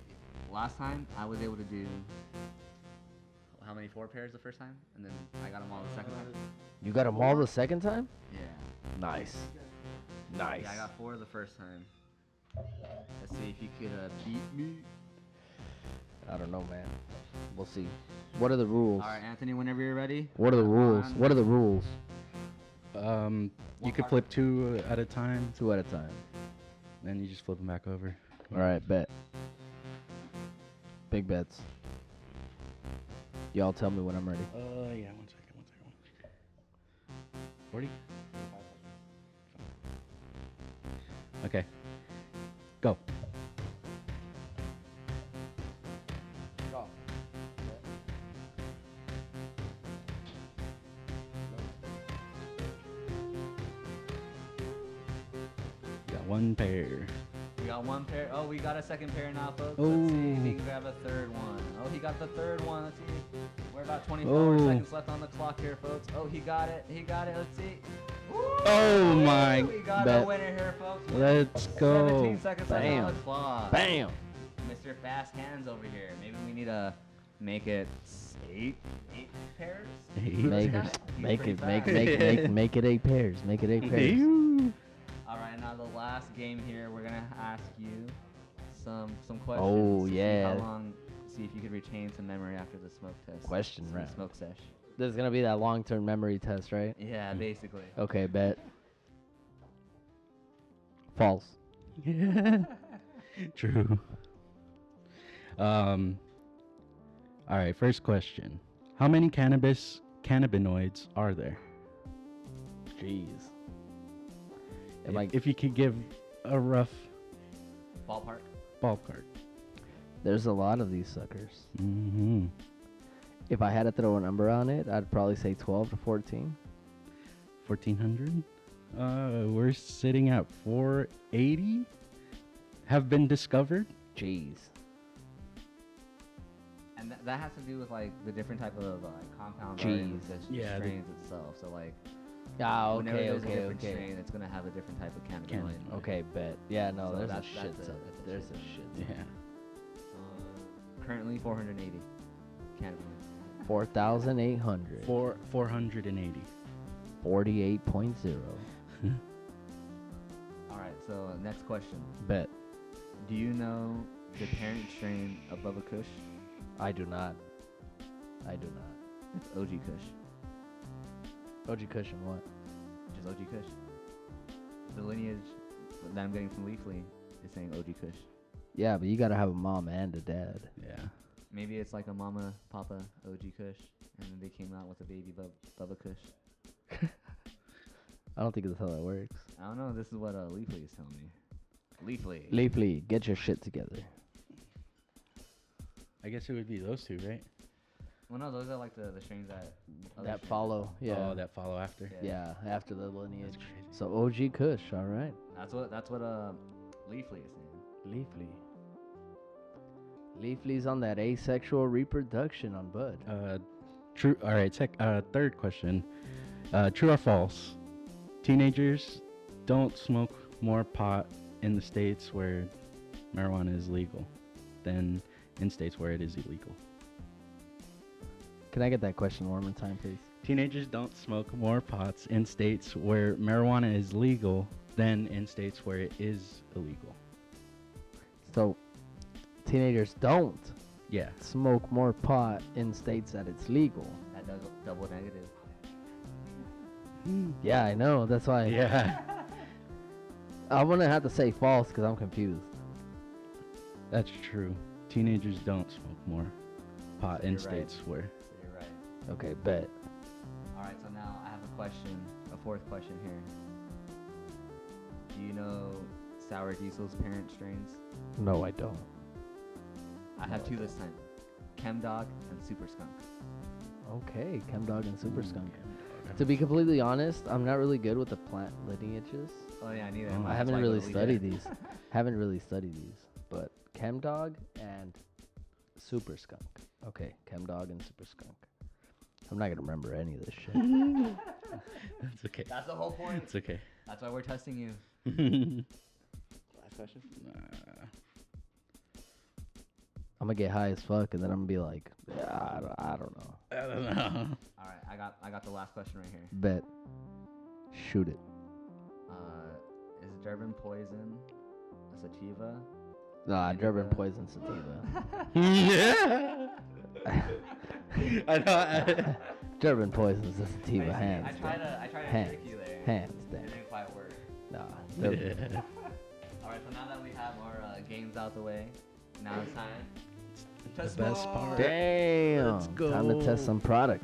Speaker 1: last time I was able to do how many four pairs the first time, and Uh, then I got them all the second time.
Speaker 2: You got them all the second time?
Speaker 1: Yeah.
Speaker 2: Nice.
Speaker 3: Nice.
Speaker 1: Yeah, I got four the first time. Let's see if you could uh, beat me.
Speaker 2: I don't know, man. We'll see. What are the rules?
Speaker 1: All right, Anthony. Whenever you're ready.
Speaker 2: What are the
Speaker 1: Come
Speaker 2: rules?
Speaker 1: on.
Speaker 2: What are the rules?
Speaker 3: Um, you
Speaker 1: One
Speaker 3: could
Speaker 1: card.
Speaker 3: flip two uh, at a time,
Speaker 2: Two at a time.
Speaker 3: and you just flip them back over.
Speaker 2: All right, bet. Big bets. Y'all tell me when I'm ready.
Speaker 3: Uh, yeah, one second, one second. Forty. Okay. Go. Got one pair.
Speaker 1: We got one pair. Oh, we got a second pair now, folks. Let's see if
Speaker 3: Ooh.
Speaker 1: he can grab a third one. Oh, he got the third one. Let's see. We're about 24
Speaker 3: Oh.
Speaker 1: seconds left on the clock here, folks. Oh, he got it. He got it. Let's see.
Speaker 3: Oh
Speaker 1: Woo!
Speaker 3: my
Speaker 1: We got a
Speaker 3: bet.
Speaker 1: winner here, folks.
Speaker 3: Let's go.
Speaker 1: 17 seconds
Speaker 2: Bam.
Speaker 1: left on the clock.
Speaker 2: Bam!
Speaker 1: Mr. Fast Hands over here. Maybe we need to make it s- eight, eight pairs.
Speaker 3: Eight
Speaker 1: This
Speaker 2: Make
Speaker 1: guy?
Speaker 3: pairs.
Speaker 2: it,
Speaker 1: He's
Speaker 2: make
Speaker 1: pretty
Speaker 2: it, make,
Speaker 1: fast.
Speaker 2: make, make, make it eight pairs. Make it eight pairs.
Speaker 3: Ew.
Speaker 1: All right, now the last game here, we're gonna ask you some some questions.
Speaker 2: Oh,
Speaker 1: to see
Speaker 2: yeah.
Speaker 1: how long? See if you could retain some memory after the smoke test.
Speaker 2: Question
Speaker 1: S-
Speaker 2: round.
Speaker 1: Smoke sesh.
Speaker 2: This is gonna be that long-term memory test, right?
Speaker 1: Yeah, basically.
Speaker 2: Okay, bet. False.
Speaker 3: Yeah. True. Um. All right. First question: How many cannabis cannabinoids are there?
Speaker 2: Jeez.
Speaker 3: If,
Speaker 2: Am I,
Speaker 3: if you could give a rough
Speaker 1: Ballpark.
Speaker 3: ballpark.
Speaker 2: there's a lot of these suckers.
Speaker 3: Mm-hmm.
Speaker 2: If I had to throw a number on it, I'd probably say 12 to 14.
Speaker 3: Fourteen hundred. Uh, we're sitting at four eighty. Have been discovered.
Speaker 2: Jeez.
Speaker 1: And th- that has to do with like the different type of uh, like compounds that are in
Speaker 2: Jeez.
Speaker 1: the s-
Speaker 3: Yeah, the-
Speaker 1: strains itself. So like,
Speaker 2: Ah,
Speaker 1: whenever
Speaker 2: okay,
Speaker 1: there's a
Speaker 2: okay,
Speaker 1: different
Speaker 2: okay.
Speaker 1: strain, it's gonna have a different type of cannabinoid.
Speaker 3: Cannabinoid.
Speaker 2: Okay, bet. Yeah, no,
Speaker 1: So
Speaker 2: there's
Speaker 1: that's-
Speaker 2: a
Speaker 1: that's
Speaker 2: shit
Speaker 1: a-
Speaker 2: ton.
Speaker 1: that's a
Speaker 2: There's
Speaker 1: shit
Speaker 2: a
Speaker 1: ton.
Speaker 2: shit
Speaker 3: Yeah.
Speaker 2: ton.
Speaker 1: Uh, currently 480 cannabinoids.
Speaker 2: 4,800.
Speaker 3: Four four hundred and eighty.
Speaker 2: 48.0.
Speaker 1: All right. So uh, next question.
Speaker 2: Bet.
Speaker 1: Do you know the parent strain of Bubba Kush?
Speaker 2: I do not. I do not.
Speaker 1: It's OG Kush.
Speaker 2: OG Cushion, what?
Speaker 1: Just OG Kush. The lineage that I'm getting from Leafly is saying OG Kush.
Speaker 2: Yeah, but you gotta have a mom and a dad.
Speaker 3: Yeah.
Speaker 1: Maybe it's like a mama, papa, OG Kush, and then they came out with a baby bub- Bubba Kush.
Speaker 2: I don't think that's how that works.
Speaker 1: I don't know. This is what uh, Leafly is telling me. Leafly.
Speaker 2: Leafly, get your shit together.
Speaker 3: I guess it would be those two, right?
Speaker 1: well, no, those are like the, the strains that other
Speaker 2: that
Speaker 1: strains.
Speaker 2: follow, yeah.
Speaker 3: Oh, that follow after.
Speaker 1: Yeah.
Speaker 2: yeah, after the lineage.
Speaker 3: That's crazy.
Speaker 2: So OG Kush, all right.
Speaker 1: That's what that's what uh, Leafly is saying.
Speaker 2: Leafly. Leafly's on that asexual reproduction on Bud.
Speaker 3: Uh, true. All right. Sec, uh, third question. Uh, true or false? Teenagers don't smoke more pot in the states where marijuana is legal than in states where it is illegal.
Speaker 2: Can I get that question one more time, please?
Speaker 3: Teenagers don't smoke more pots in states where marijuana is legal than in states where it is illegal.
Speaker 2: So, teenagers don't
Speaker 3: Yeah.
Speaker 2: smoke more pot in states that it's legal.
Speaker 1: That does double negative.
Speaker 2: Yeah, I know. That's why
Speaker 3: Yeah.
Speaker 2: I wouldn't have to say false because I'm confused.
Speaker 3: That's true. Teenagers don't smoke more pot
Speaker 1: So
Speaker 3: in
Speaker 1: you're right.
Speaker 3: states where.
Speaker 1: So you're right.
Speaker 2: Okay, bet.
Speaker 1: All right, so now I have a question, a fourth question here. Do you know Sour Diesel's parent strains?
Speaker 2: No, I don't.
Speaker 1: I have two this time. Chem Dog and Super Skunk.
Speaker 2: Okay, Chem Dog and Super Skunk. To be completely honest, I'm not really good with the plant lineages.
Speaker 1: Oh yeah, I neither.
Speaker 3: Oh,
Speaker 1: am
Speaker 2: I
Speaker 1: That's
Speaker 2: haven't
Speaker 1: why go
Speaker 2: really
Speaker 1: to Leaf.
Speaker 2: studied these. haven't really studied these. But Chem Dog and Super Skunk. Okay, Chem Dog and Super Skunk. I'm not gonna remember any of this shit.
Speaker 3: That's okay.
Speaker 1: That's the whole point.
Speaker 3: It's okay.
Speaker 1: That's why we're testing you.
Speaker 3: Last
Speaker 1: question?
Speaker 2: I'm gonna get high as fuck, and then I'm gonna be like, "Yeah, I don't, I don't know.
Speaker 3: I don't know.
Speaker 1: All right, I got I got the last question right here.
Speaker 2: Bet. Shoot it.
Speaker 1: Uh, Is Durban poison a sativa?
Speaker 2: Nah,
Speaker 1: Indica.
Speaker 2: Durban poison sativa.
Speaker 3: yeah. I know. I,
Speaker 2: Durban poison is a sativa.
Speaker 1: I, see, I
Speaker 2: Hands
Speaker 1: tried
Speaker 2: down.
Speaker 1: to I tried to trick you there.
Speaker 2: Hands
Speaker 1: It
Speaker 2: down.
Speaker 1: didn't quite work.
Speaker 2: Nah. Durban.
Speaker 3: yeah.
Speaker 1: All right, so now that we have our uh, games out the way, now it's time.
Speaker 3: The
Speaker 1: Just
Speaker 3: best
Speaker 1: more.
Speaker 3: part.
Speaker 2: Damn.
Speaker 3: Let's
Speaker 2: Time to
Speaker 3: go.
Speaker 2: test some product.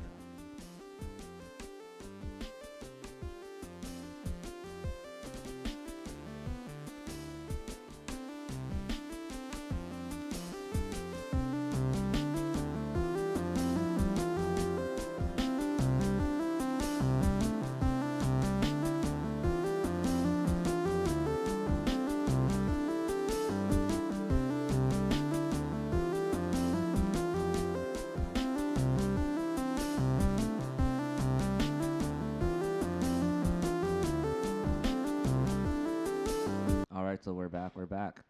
Speaker 1: All right, so we're back. We're back.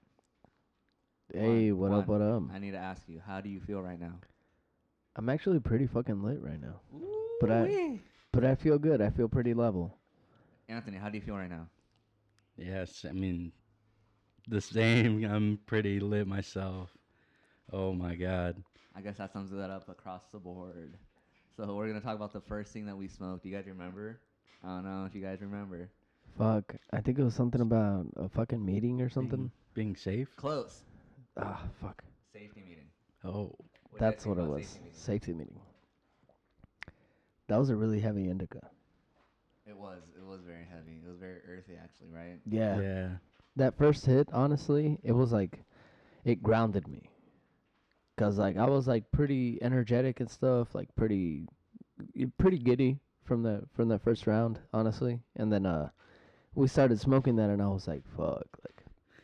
Speaker 2: Hey,
Speaker 1: One,
Speaker 2: what up? What
Speaker 1: one.
Speaker 2: up?
Speaker 1: I need to ask you, how do you feel right now?
Speaker 2: I'm actually pretty fucking lit right now. But I- But I feel good. I feel pretty level.
Speaker 1: Anthony, how do you feel right now?
Speaker 3: Yes, I mean, the same. I'm pretty lit myself. Oh my god.
Speaker 1: I guess that sums that up across the board. So we're gonna talk about the first thing that we smoked. Do you guys remember? I don't know if you guys remember.
Speaker 2: Fuck. I think it was something about a fucking meeting or something.
Speaker 1: Mm-hmm.
Speaker 3: Being, being safe.
Speaker 1: Close.
Speaker 2: Ah, fuck.
Speaker 1: Safety meeting.
Speaker 3: Oh.
Speaker 1: What do you guys
Speaker 2: That's
Speaker 1: think
Speaker 2: what it
Speaker 1: about
Speaker 2: was.
Speaker 1: safety meeting?
Speaker 2: Safety meeting. That was a really heavy indica.
Speaker 1: It was. It was very heavy. It was very earthy, actually, right?
Speaker 2: Yeah.
Speaker 3: Yeah.
Speaker 2: That first hit, honestly, it was like, it grounded me. Cause like I was like pretty energetic and stuff, like pretty, y- pretty giddy from the from that first round, honestly. And then uh, we started smoking that, and I was like, fuck,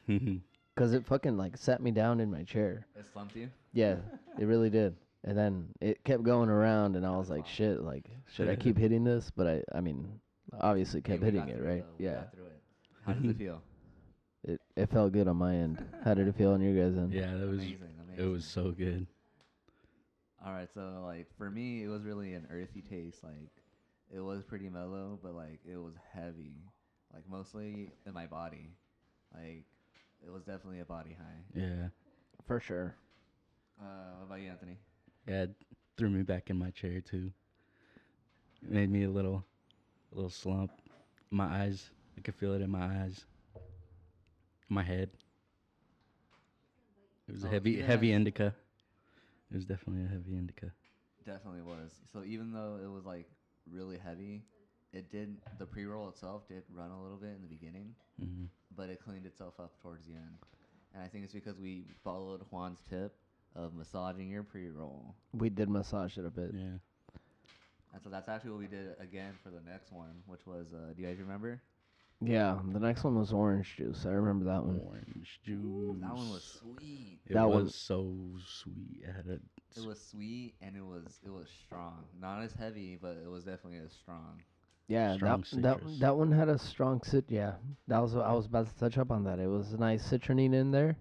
Speaker 2: like, cause it fucking like sat me down in my chair.
Speaker 1: It slumped you.
Speaker 2: Yeah, it really did. And then it kept going around, and I was like,
Speaker 1: Wow.
Speaker 2: "Shit! Like, should I keep hitting this?" But I, I mean, obviously
Speaker 1: Hey,
Speaker 2: kept
Speaker 1: we
Speaker 2: hitting
Speaker 1: got
Speaker 2: it,
Speaker 1: through
Speaker 2: right?
Speaker 1: though. We
Speaker 2: Yeah.
Speaker 1: got through it. How does it feel?
Speaker 2: It it felt good on my end. How did it feel on your guys' end?
Speaker 3: yeah, that was.
Speaker 1: amazing.
Speaker 3: It
Speaker 1: Amazing.
Speaker 3: was so good.
Speaker 1: All right, so like for me, it was really an earthy taste. Like it was pretty mellow, but like it was heavy. Like mostly in my body. Like it was definitely a body high.
Speaker 3: Yeah.
Speaker 2: for sure.
Speaker 1: Uh, what about you, Anthony?
Speaker 3: Yeah. it Threw me back in my chair too. Made me a little, a little slump. My eyes. I could feel it in my eyes. My head. It was a
Speaker 1: Oh,
Speaker 3: heavy,
Speaker 1: yeah.
Speaker 3: heavy indica. It was definitely a heavy indica.
Speaker 1: Definitely was. So even though it was like really heavy, it did the pre roll itself did run a little bit in the beginning,
Speaker 3: hmm
Speaker 1: but it cleaned itself up towards the end. And I think it's because we followed Juan's tip of massaging your pre roll.
Speaker 2: We did massage it a bit.
Speaker 3: Yeah.
Speaker 1: And so that's actually what we did again for the next one, which was uh, do you guys remember?
Speaker 2: Yeah. The next one was orange juice. I remember that one.
Speaker 3: Orange juice.
Speaker 1: That one was sweet.
Speaker 3: It
Speaker 2: That
Speaker 3: was
Speaker 2: one-
Speaker 3: so sweet. It had a
Speaker 1: It was sweet and it was it was strong. Not as heavy, but it was definitely as strong.
Speaker 2: Yeah.
Speaker 3: Strong
Speaker 2: That that
Speaker 3: citrus.
Speaker 2: that one had a strong cit. Yeah. That was what I was about to touch up on that. It was a nice citronine in there,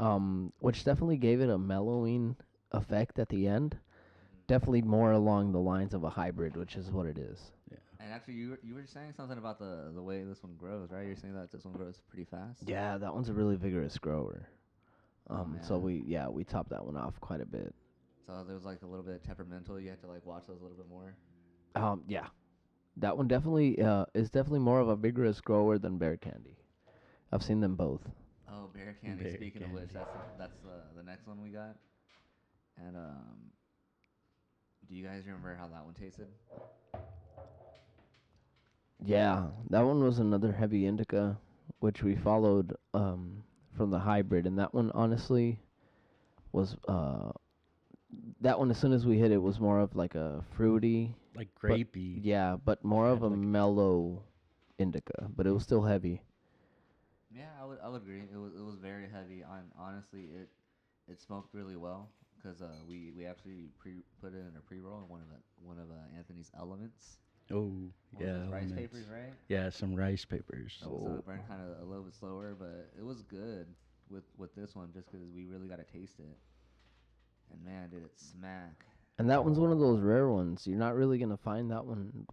Speaker 2: um, which definitely gave it a mellowing effect at the end. Definitely more along the lines of a hybrid, which is what it is.
Speaker 1: And actually, you were, you were saying something about the the way this one grows, right? You're saying that this one grows pretty fast.
Speaker 2: Yeah, that one's a really vigorous grower.
Speaker 1: Oh,
Speaker 2: Um, so
Speaker 1: man.
Speaker 2: we yeah we topped that one off quite a bit.
Speaker 1: So there was like a little bit temperamental. You had to like watch those a little bit more.
Speaker 2: Um, yeah, that one definitely uh, is definitely more of a vigorous grower than Bear Candy. I've seen them both.
Speaker 1: Oh, bear candy.
Speaker 3: Bear
Speaker 1: Speaking of which,
Speaker 3: candy.
Speaker 1: that's that's uh, the next one we got. And um, do you guys remember how that one tasted?
Speaker 2: Yeah, that one was another heavy indica, which we followed um, from the hybrid, and that one honestly was uh, that one as soon as we hit it was more of like a fruity,
Speaker 3: like grapey.
Speaker 2: yeah, but more of
Speaker 3: Had
Speaker 2: a
Speaker 3: like-
Speaker 2: mellow indica, but it was still heavy.
Speaker 1: Yeah, I would I would agree. It was it was very heavy. On honestly, it it smoked really well because uh, we we actually pre put it in a pre roll in one of the, one of uh, Anthony's elements.
Speaker 3: Oh,
Speaker 1: One
Speaker 3: yeah.
Speaker 1: of those rice
Speaker 3: elements.
Speaker 1: papers, right?
Speaker 3: Yeah, some rice papers. Oh,
Speaker 1: So, so it burned kind of a little bit slower, but it was good with with this one just because we really got to taste it. And man, did it smack!
Speaker 2: And that one's one of those rare ones. You're not really gonna find that one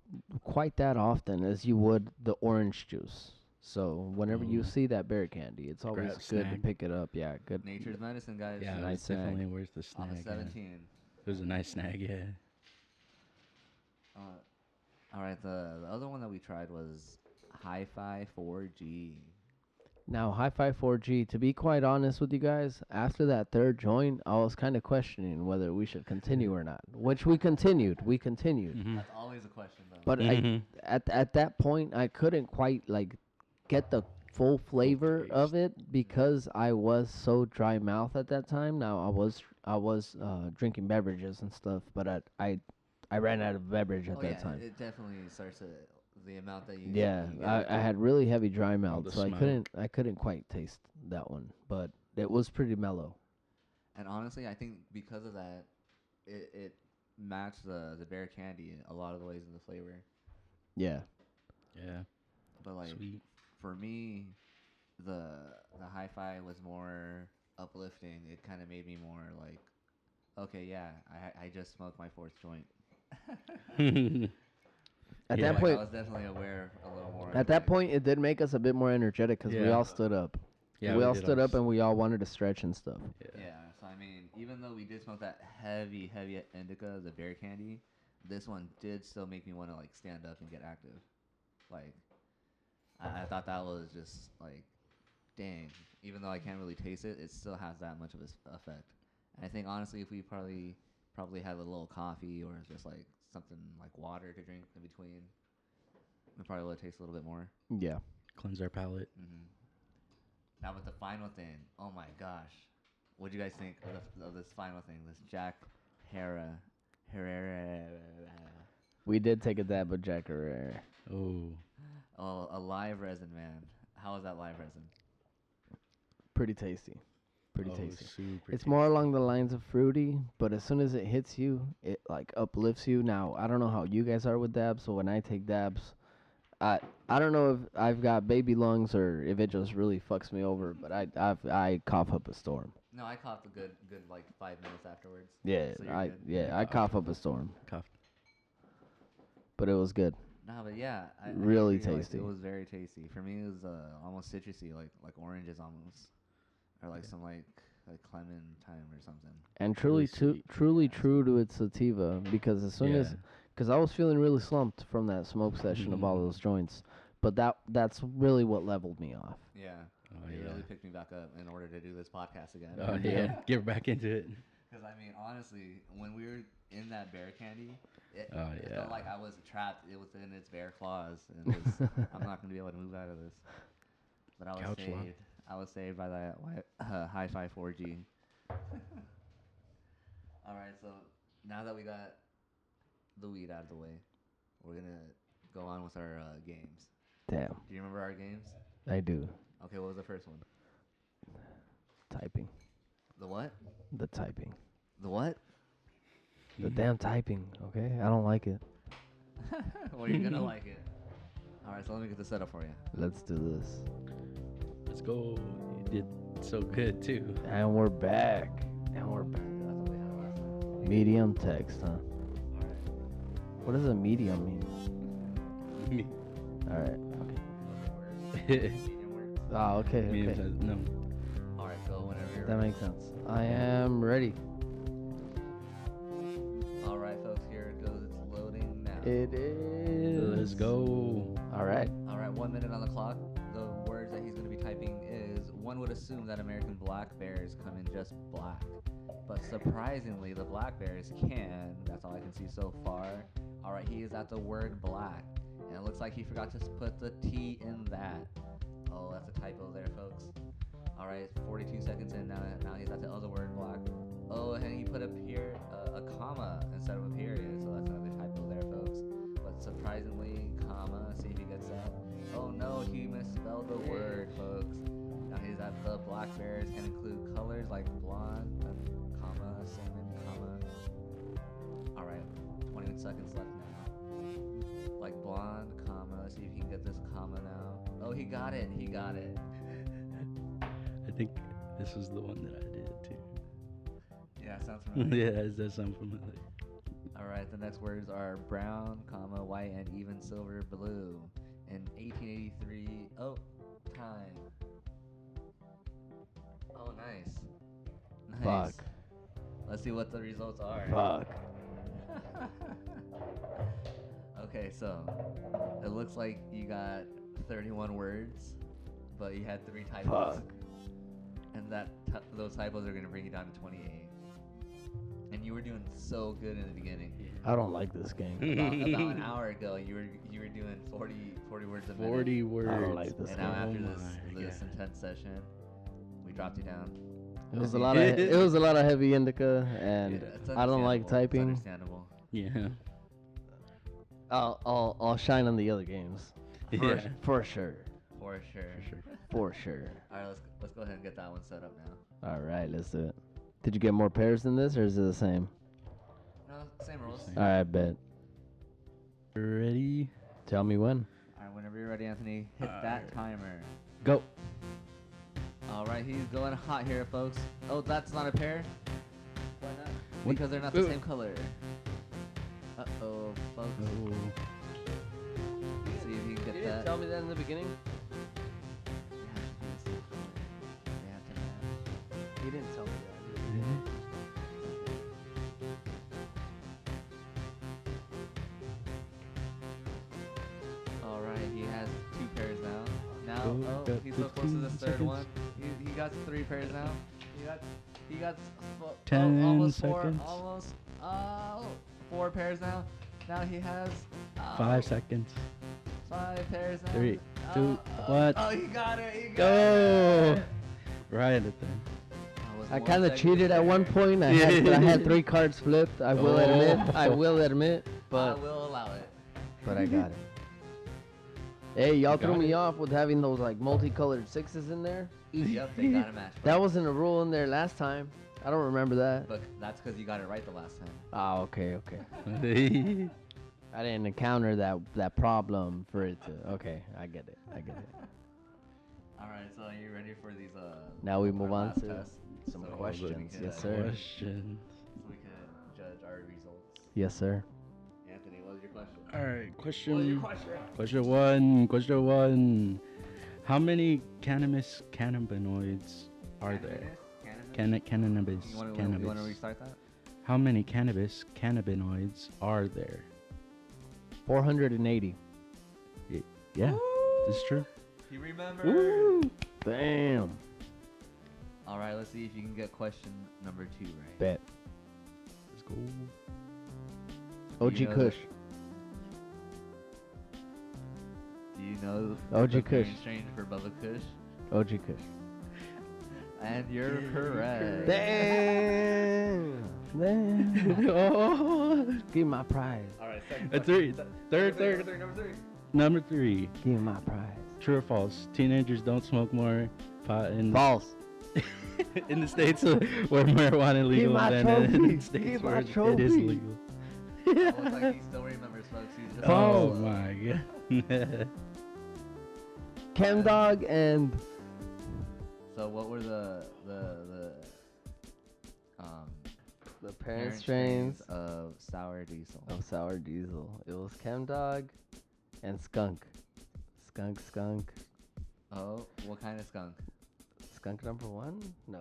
Speaker 2: quite that often as you would the orange juice. So whenever you
Speaker 3: Ooh.
Speaker 2: see that bear candy, it's always
Speaker 3: Mm. Grab a
Speaker 2: good to
Speaker 3: snack.
Speaker 2: pick it up. Yeah, good.
Speaker 1: Nature's medicine, guys.
Speaker 3: Yeah,
Speaker 1: Nice
Speaker 3: that's
Speaker 1: snack.
Speaker 3: definitely where's the
Speaker 1: Off
Speaker 3: snag.
Speaker 1: of
Speaker 3: yeah.
Speaker 1: 17.
Speaker 3: It was a nice snag, yeah.
Speaker 1: Uh, all right, the, the other one that we tried was Hi-Fi 4G.
Speaker 2: Now, Hi Fi 4G, to be quite honest with you guys, after that third joint, I was kind of questioning whether we should
Speaker 3: Mm.
Speaker 2: continue or not, which we continued. We continued.
Speaker 3: Mm-hmm.
Speaker 1: That's always a question, though.
Speaker 2: But
Speaker 3: Mhm.
Speaker 2: I, at, at that point, I couldn't quite like get the full flavor of it because I was so dry mouth at that time. Now I was I was uh, drinking beverages and stuff, but I I, I ran out of beverage at
Speaker 1: oh,
Speaker 2: that
Speaker 1: yeah,
Speaker 2: time.
Speaker 1: it definitely starts at the amount that you
Speaker 2: Yeah,
Speaker 1: you get.
Speaker 2: I, I had really heavy dry
Speaker 3: the
Speaker 2: mouth, so
Speaker 3: smoke.
Speaker 2: I couldn't I couldn't quite taste that one, but it was pretty mellow.
Speaker 1: and honestly, I think because of that, it, it matched the the bear candy in a lot of the ways in the flavor.
Speaker 2: Yeah,
Speaker 3: Yeah.
Speaker 1: But like
Speaker 3: Sweet.
Speaker 1: for me, the the hi-fi was more uplifting. It kind of made me more like, okay, yeah, I I just smoked my fourth joint.
Speaker 2: at
Speaker 3: Yeah.
Speaker 2: that
Speaker 1: Like,
Speaker 2: point,
Speaker 1: I was definitely aware a little more.
Speaker 2: at
Speaker 1: of,
Speaker 2: that
Speaker 1: like-
Speaker 2: point, it did make us a bit more energetic because we
Speaker 3: Yeah.
Speaker 2: all stood up.
Speaker 3: yeah.
Speaker 2: we, all
Speaker 3: did
Speaker 2: stood
Speaker 3: our
Speaker 2: up and we all wanted to stretch and stuff.
Speaker 3: s-
Speaker 1: Yeah. So I mean, even though we did smoke that heavy, heavy indica, the bear candy, this one did still make me want to like stand up and get active. Like, I, I thought that was just like, dang. Even though I can't really taste it, it still has that much of an effect. And I think honestly, if we probably probably had a little coffee or just like something like water to drink in between, it probably would taste a little bit more.
Speaker 2: Yeah.
Speaker 3: Cleanse our palate.
Speaker 1: Mm-hmm. Now with the final thing, oh my gosh, what do you guys think of, the, of this final thing? This Jack Hera, Herrera.
Speaker 2: We did take a dab of Jack Herrera.
Speaker 3: Oh.
Speaker 1: Oh, a live resin, man. How was that live resin?
Speaker 2: Pretty tasty. Pretty
Speaker 3: oh,
Speaker 2: tasty.
Speaker 3: Super
Speaker 2: It's
Speaker 3: tasty.
Speaker 2: more along the lines of fruity, but as soon as it hits you, it like uplifts you. Now, I don't know how you guys are with dabs, so when I take dabs, I I don't know if I've got baby lungs or if it just really fucks me over, but I I've, I cough up a storm.
Speaker 1: No, I coughed a good, good like five minutes afterwards.
Speaker 2: Yeah,
Speaker 1: So you're
Speaker 2: I
Speaker 1: good.
Speaker 2: yeah, I cough up a storm,
Speaker 3: Cough.
Speaker 2: but it was good.
Speaker 1: No, but yeah, I, I
Speaker 2: Really
Speaker 1: agree, like,
Speaker 2: tasty.
Speaker 1: it was very tasty. For me, it was uh, almost citrusy, like like oranges almost, or like some like like clementine or something.
Speaker 2: And truly, too,
Speaker 3: sweet.
Speaker 2: truly true to its sativa because as soon as,
Speaker 3: Yeah.
Speaker 2: because I was feeling really slumped from that smoke session of all those joints, but that that's really what leveled me off.
Speaker 1: Yeah,
Speaker 3: Oh,
Speaker 1: it
Speaker 3: yeah.
Speaker 1: really picked me back up in order to do this podcast again.
Speaker 3: Oh, yeah. Get back into it.
Speaker 1: Because I mean, honestly, when we were in that bear candy, it,
Speaker 3: Oh,
Speaker 1: it
Speaker 3: yeah.
Speaker 1: felt like I was trapped i- within its bear claws, and it was, I'm not gonna be able to move out of this. But I was
Speaker 3: Couch
Speaker 1: saved.
Speaker 3: lock.
Speaker 1: I was saved by that wi- uh, hi-fi 4G. All right, so now that we got the weed out of the way, we're gonna go on with our uh, games.
Speaker 2: Damn,
Speaker 1: Do you remember our games?
Speaker 2: I do
Speaker 1: Okay, what was the first one?
Speaker 2: typing,
Speaker 1: The what?
Speaker 2: the typing,
Speaker 1: The what?
Speaker 2: the damn typing. Okay, I don't like it.
Speaker 1: well, you're gonna like it. All right, so let me get this set up for you.
Speaker 2: Let's do this,
Speaker 3: Let's go. You did so good, too.
Speaker 2: and we're back, and we're back.
Speaker 1: That's what we had last time.
Speaker 2: Medium text, huh? What does a medium mean?
Speaker 3: Me-
Speaker 2: All right. Okay.
Speaker 3: Me
Speaker 2: Oh, okay.
Speaker 3: and
Speaker 2: Okay.
Speaker 3: Fez- no.
Speaker 1: All right, go whenever you're
Speaker 2: That
Speaker 1: ready.
Speaker 2: makes sense. I am ready.
Speaker 1: All right, folks, here it goes. It's loading now.
Speaker 2: It is.
Speaker 3: Let's go.
Speaker 2: All right.
Speaker 1: All right, one minute on the clock. The words that he's going to be typing is one would assume that American black bears come in just black, but surprisingly, the black bears can. That's all I can see so far. All right, he is at the word black, and it looks like he forgot to s- put the T in that. Oh, that's a typo there, folks. All right, 42 seconds in now. Now he's at the other word black. Oh, and he put a period, uh, a comma instead of a period, so that's another typo there, folks. But surprisingly, comma. See if he gets that. Oh no, he misspelled the word, folks. Now he's at the black bears can include colors like blonde, uh, comma, salmon, comma. All right, 21 seconds left now. Like blonde, comma. See if he can get this comma now. Oh, he got it. He got it.
Speaker 3: I think this was the one that I did, too.
Speaker 1: Yeah, sounds familiar.
Speaker 3: yeah, that does sound familiar.
Speaker 1: All right, the next words are brown, comma, white, and even silver blue. in 1883. Oh, time. Oh, nice. Nice.
Speaker 2: Fuck.
Speaker 1: Let's see what the results are.
Speaker 2: Fuck.
Speaker 1: okay, so it looks like you got 31 words, but you had three typos.
Speaker 2: Fuck.
Speaker 1: And that t- those typos are gonna bring you down to 28. And you were doing so good in the beginning.
Speaker 2: I don't like this game.
Speaker 1: About, about an hour ago, you were you were doing 40 40 words a minute.
Speaker 3: 40 words.
Speaker 2: like this
Speaker 1: And now
Speaker 2: Oh
Speaker 1: after
Speaker 3: my
Speaker 1: this this
Speaker 3: God.
Speaker 1: intense session, we dropped you down.
Speaker 2: It was a lot of it was a lot of heavy indica, and
Speaker 1: Yeah, it's
Speaker 2: I don't
Speaker 1: understandable.
Speaker 2: like
Speaker 1: It's
Speaker 2: typing.
Speaker 1: understandable.
Speaker 3: Yeah.
Speaker 2: I'll, I'll I'll shine on the other games for,
Speaker 3: Yeah.
Speaker 2: for sure,
Speaker 1: For sure.
Speaker 3: For sure.
Speaker 2: for sure.
Speaker 1: All right, let's let's go ahead and get that one set up now.
Speaker 2: All right, let's do it. Did you get more pairs than this, or is it the same?
Speaker 1: No, same rules.
Speaker 3: Same.
Speaker 1: All
Speaker 2: All right, bet.
Speaker 3: Ready?
Speaker 2: Tell me when.
Speaker 1: right, whenever you're ready, Anthony, hit that timer.
Speaker 2: Go.
Speaker 1: All right, he's going hot here, folks. Oh, that's not a pair. Why not?
Speaker 3: What-
Speaker 1: Because they're not the
Speaker 3: wait,
Speaker 1: same color. Uh oh, folks.
Speaker 3: Oh.
Speaker 1: See if you can get that.
Speaker 2: me that in the beginning.
Speaker 1: They have to be the same color. They have to match.
Speaker 2: You didn't tell me that.
Speaker 1: Mm-hmm. All right, he has two pairs now. Now,
Speaker 3: Go,
Speaker 1: oh,
Speaker 3: got
Speaker 1: he's so close to the
Speaker 3: 15
Speaker 1: third one.
Speaker 3: seconds.
Speaker 1: He, he got three pairs now. He got, he got s- fo- oh,
Speaker 3: 10
Speaker 1: almost
Speaker 3: seconds.
Speaker 1: four, almost oh, four pairs now. Now he has oh,
Speaker 3: Five seconds.
Speaker 1: Five pairs now.
Speaker 3: Three,
Speaker 1: Oh,
Speaker 3: two,
Speaker 1: oh,
Speaker 3: one.
Speaker 1: Oh, he got it. He got
Speaker 3: Go!
Speaker 1: it.
Speaker 3: Right at the
Speaker 1: That was
Speaker 2: I
Speaker 1: one
Speaker 2: kind of
Speaker 1: second
Speaker 2: cheated at one
Speaker 1: there.
Speaker 2: point. I had, but I had three cards flipped. I will admit. I
Speaker 3: Oh.
Speaker 2: will admit.
Speaker 1: I
Speaker 2: But
Speaker 1: will allow it.
Speaker 2: but I got it. Hey, y'all threw
Speaker 3: got
Speaker 2: me
Speaker 3: it.
Speaker 2: off with having those like multicolored sixes in there.
Speaker 1: Yep, they got a match.
Speaker 2: That wasn't a rule in there last time. I don't remember that.
Speaker 1: But that's because you got it right the last time.
Speaker 2: Oh, okay, okay.
Speaker 3: end.
Speaker 2: I didn't encounter that that problem for it to. Okay, I get it. I get it.
Speaker 1: All right, so are you ready for these? Uh,
Speaker 2: Now we
Speaker 1: our
Speaker 2: move on
Speaker 1: last
Speaker 2: to
Speaker 1: test?
Speaker 2: some
Speaker 1: So we
Speaker 2: questions.
Speaker 1: can,
Speaker 2: Yes,
Speaker 1: uh,
Speaker 2: sir.
Speaker 3: Question.
Speaker 1: So we can judge our results.
Speaker 2: Yes, sir.
Speaker 1: Anthony, what was your question?
Speaker 3: All right,
Speaker 1: What was your
Speaker 3: question.
Speaker 1: question?
Speaker 3: Question one. Question one. How many cannabis cannabinoids are there?
Speaker 1: Cannabis?
Speaker 3: Can- cannabis.
Speaker 1: You want to
Speaker 3: cannabis.
Speaker 1: you want to restart that?
Speaker 3: How many cannabis cannabinoids are there?
Speaker 2: 480.
Speaker 3: Yeah, it's true.
Speaker 1: You remember?
Speaker 2: Damn.
Speaker 1: All right, let's see if you can get question number two right.
Speaker 2: Bet.
Speaker 3: Let's go.
Speaker 1: Do you
Speaker 2: OG
Speaker 1: know the-
Speaker 2: Kush.
Speaker 1: Do you know
Speaker 2: OG
Speaker 1: the green
Speaker 2: Oh, Kush.
Speaker 1: strain for Bubba Kush?
Speaker 2: OG Kush.
Speaker 1: And you're correct.
Speaker 2: Damn. Damn.
Speaker 3: oh.
Speaker 2: Give me my prize.
Speaker 1: All right, second
Speaker 3: A
Speaker 1: question.
Speaker 3: three.
Speaker 1: Se-
Speaker 3: Third,
Speaker 1: number
Speaker 3: third.
Speaker 1: number three, number three.
Speaker 3: Number three.
Speaker 2: Give me my prize.
Speaker 3: True or false? Teenagers don't smoke more pot in the,
Speaker 2: False.
Speaker 3: in the states where marijuana is legal
Speaker 2: my
Speaker 3: than in
Speaker 2: trophy.
Speaker 3: the states
Speaker 2: Give my
Speaker 3: where it is
Speaker 2: trophy.
Speaker 3: legal.
Speaker 1: Oh, it's like he still remembers, folks. He's just-
Speaker 3: Oh
Speaker 2: False.
Speaker 3: my god.
Speaker 2: Chem Dog and
Speaker 1: So what were the the the um
Speaker 2: the Oh.
Speaker 1: parent
Speaker 2: parent strains
Speaker 1: strains of sour diesel?
Speaker 2: of Sour Diesel. It was Chem Dog and Skunk. Skunk, skunk.
Speaker 1: Oh, what kind of skunk?
Speaker 2: Skunk number one? No.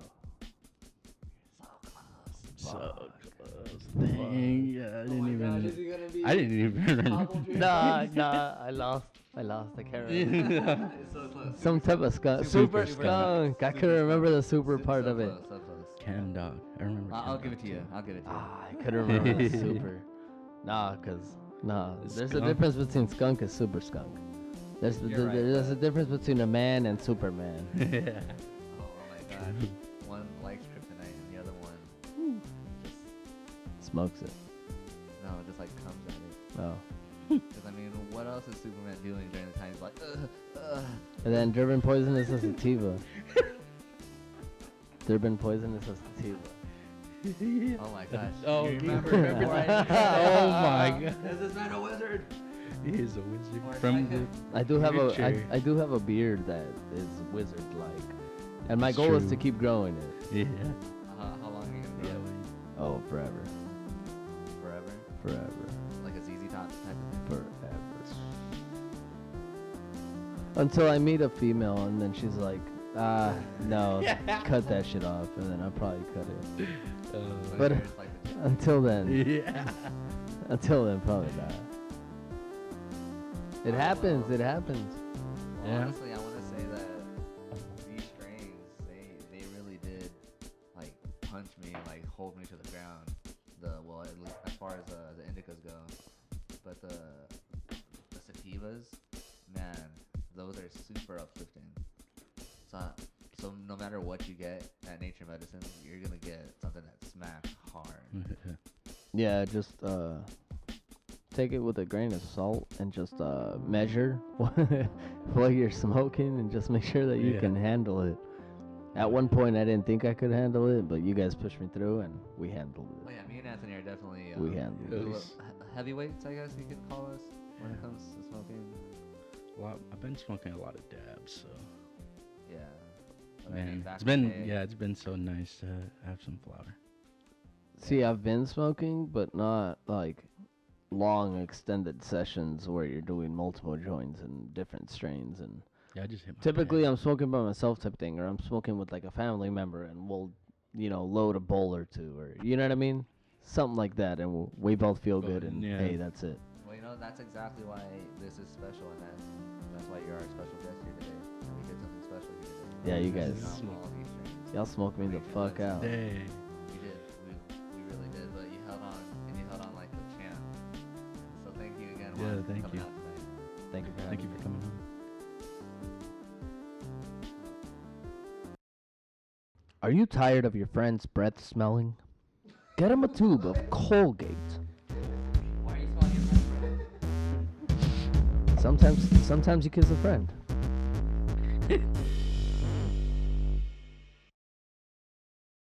Speaker 1: So close.
Speaker 3: So close. Dang. Yeah, I
Speaker 1: Oh
Speaker 3: didn't even.
Speaker 1: he gonna be?
Speaker 3: I didn't even remember.
Speaker 1: Hobbled
Speaker 2: nah, nah, I lost. I lost. I can't remember.
Speaker 1: it's so close.
Speaker 2: Some type of skunk.
Speaker 1: Super
Speaker 2: Super,
Speaker 1: skunk.
Speaker 2: skunk. I
Speaker 1: Super
Speaker 2: couldn't remember the super
Speaker 1: So-
Speaker 2: part
Speaker 1: so
Speaker 2: of it.
Speaker 1: close, So close.
Speaker 3: Cam dog. I remember.
Speaker 1: I- I'll
Speaker 3: Cam
Speaker 1: give it
Speaker 3: Dog
Speaker 1: to you.
Speaker 3: too.
Speaker 1: I'll give it to you.
Speaker 2: Ah, I couldn't remember the super. Nah, cause nah. There's a
Speaker 3: Skunk.
Speaker 2: difference between skunk and super skunk. There's the,
Speaker 1: You're right,
Speaker 2: there's a difference between a man and Superman.
Speaker 3: yeah.
Speaker 1: Oh, my god. One likes kryptonite and the other one just
Speaker 2: Smokes it.
Speaker 1: no, just like comes at it.
Speaker 2: Oh.
Speaker 1: Because I mean, what else is Superman doing during the time? He's like, ugh, ugh.
Speaker 2: And then Durban Poison is a sativa. Durban Poison is a sativa.
Speaker 1: Oh my gosh.
Speaker 3: Oh,
Speaker 1: you
Speaker 3: you
Speaker 1: remember?
Speaker 3: remember
Speaker 1: Right.
Speaker 3: Oh my god.
Speaker 1: Is this man a wizard?
Speaker 3: He is a wizard
Speaker 1: Or
Speaker 3: from
Speaker 1: like
Speaker 3: the.
Speaker 1: him.
Speaker 2: I do have a I,
Speaker 3: Future.
Speaker 2: I do have a beard that is wizard like. And my
Speaker 3: It's
Speaker 2: goal is to
Speaker 3: true.
Speaker 2: keep growing it.
Speaker 3: Yeah.
Speaker 1: How, Uh-huh, how long are you gonna
Speaker 3: Yeah.
Speaker 1: do
Speaker 2: Oh, forever.
Speaker 1: it? Forever?
Speaker 2: Forever.
Speaker 1: Like a ZZ Top type of thing?
Speaker 2: Forever. Until I meet a female, and then she's like, ah, no, cut that shit off, and then I'll probably cut it.
Speaker 3: Uh,
Speaker 2: But-
Speaker 1: It's like the-
Speaker 2: Until then,
Speaker 3: yeah.
Speaker 2: until then, probably not. It happens. It happens.
Speaker 1: Well,
Speaker 3: Yeah.
Speaker 1: Honestly, I want to say that these strains, they, they really did like punch me, like hold me to the ground. The well, at least as far as uh, the indicas go, but the the sativas, man, those are super uplifting. So so no matter what you get at Nature Medicine, you're gonna get something that smacks hard.
Speaker 3: Hmm.
Speaker 2: Yeah, just uh, take it with a grain of salt and just uh, measure what you're smoking and just make sure that you
Speaker 3: Yeah.
Speaker 2: can handle it. At one point, I didn't think I could handle it, but you guys pushed me through and we handled
Speaker 1: Oh
Speaker 2: it.
Speaker 1: yeah, me and Anthony are definitely
Speaker 2: We
Speaker 1: um,
Speaker 2: handled
Speaker 1: the
Speaker 2: it.
Speaker 3: At
Speaker 1: he-
Speaker 3: least-
Speaker 1: heavyweights, I guess you could call us when it
Speaker 3: Yeah.
Speaker 1: comes to smoking.
Speaker 3: Well, I've been smoking a lot of dabs, so
Speaker 1: Yeah. But I mean,
Speaker 3: man,
Speaker 1: back
Speaker 3: it's
Speaker 1: in
Speaker 3: been
Speaker 1: the day-
Speaker 3: yeah, it's been so nice to have some flour.
Speaker 2: See, I've been smoking, but not like long extended sessions where you're doing multiple joints and different strains and
Speaker 3: Yeah, I just hit. My
Speaker 2: Typically,
Speaker 3: pad.
Speaker 2: I'm smoking by myself type thing, or I'm smoking with like a family member, and we'll, you know, load a bowl or two, or you know what I mean, something like that, and we'll, we both feel
Speaker 3: Oh,
Speaker 2: good, and
Speaker 3: yeah.
Speaker 2: hey, that's it.
Speaker 1: Well, you know, that's exactly why this is special, and that's, that's why you're our special guest here today. And we did something special here today.
Speaker 2: Yeah, you
Speaker 1: Because
Speaker 2: guys-
Speaker 1: it's not all these things.
Speaker 2: Y'all smoke me the
Speaker 1: Pretty
Speaker 2: fuck
Speaker 1: much.
Speaker 2: out.
Speaker 3: Dang.
Speaker 1: We did. We, we really did. But you held on, and you held on like a champ. So thank you again,
Speaker 3: Yeah,
Speaker 1: Juan, for
Speaker 3: thank
Speaker 1: coming
Speaker 3: you.
Speaker 1: out tonight.
Speaker 2: Thank you for
Speaker 3: Thank
Speaker 2: having
Speaker 3: you
Speaker 2: me.
Speaker 3: for coming on.
Speaker 2: Are you tired of your friend's breath smelling? Get him a tube of Colgate.
Speaker 1: Why are you smelling your breath, bro?
Speaker 2: Sometimes, sometimes you kiss a friend.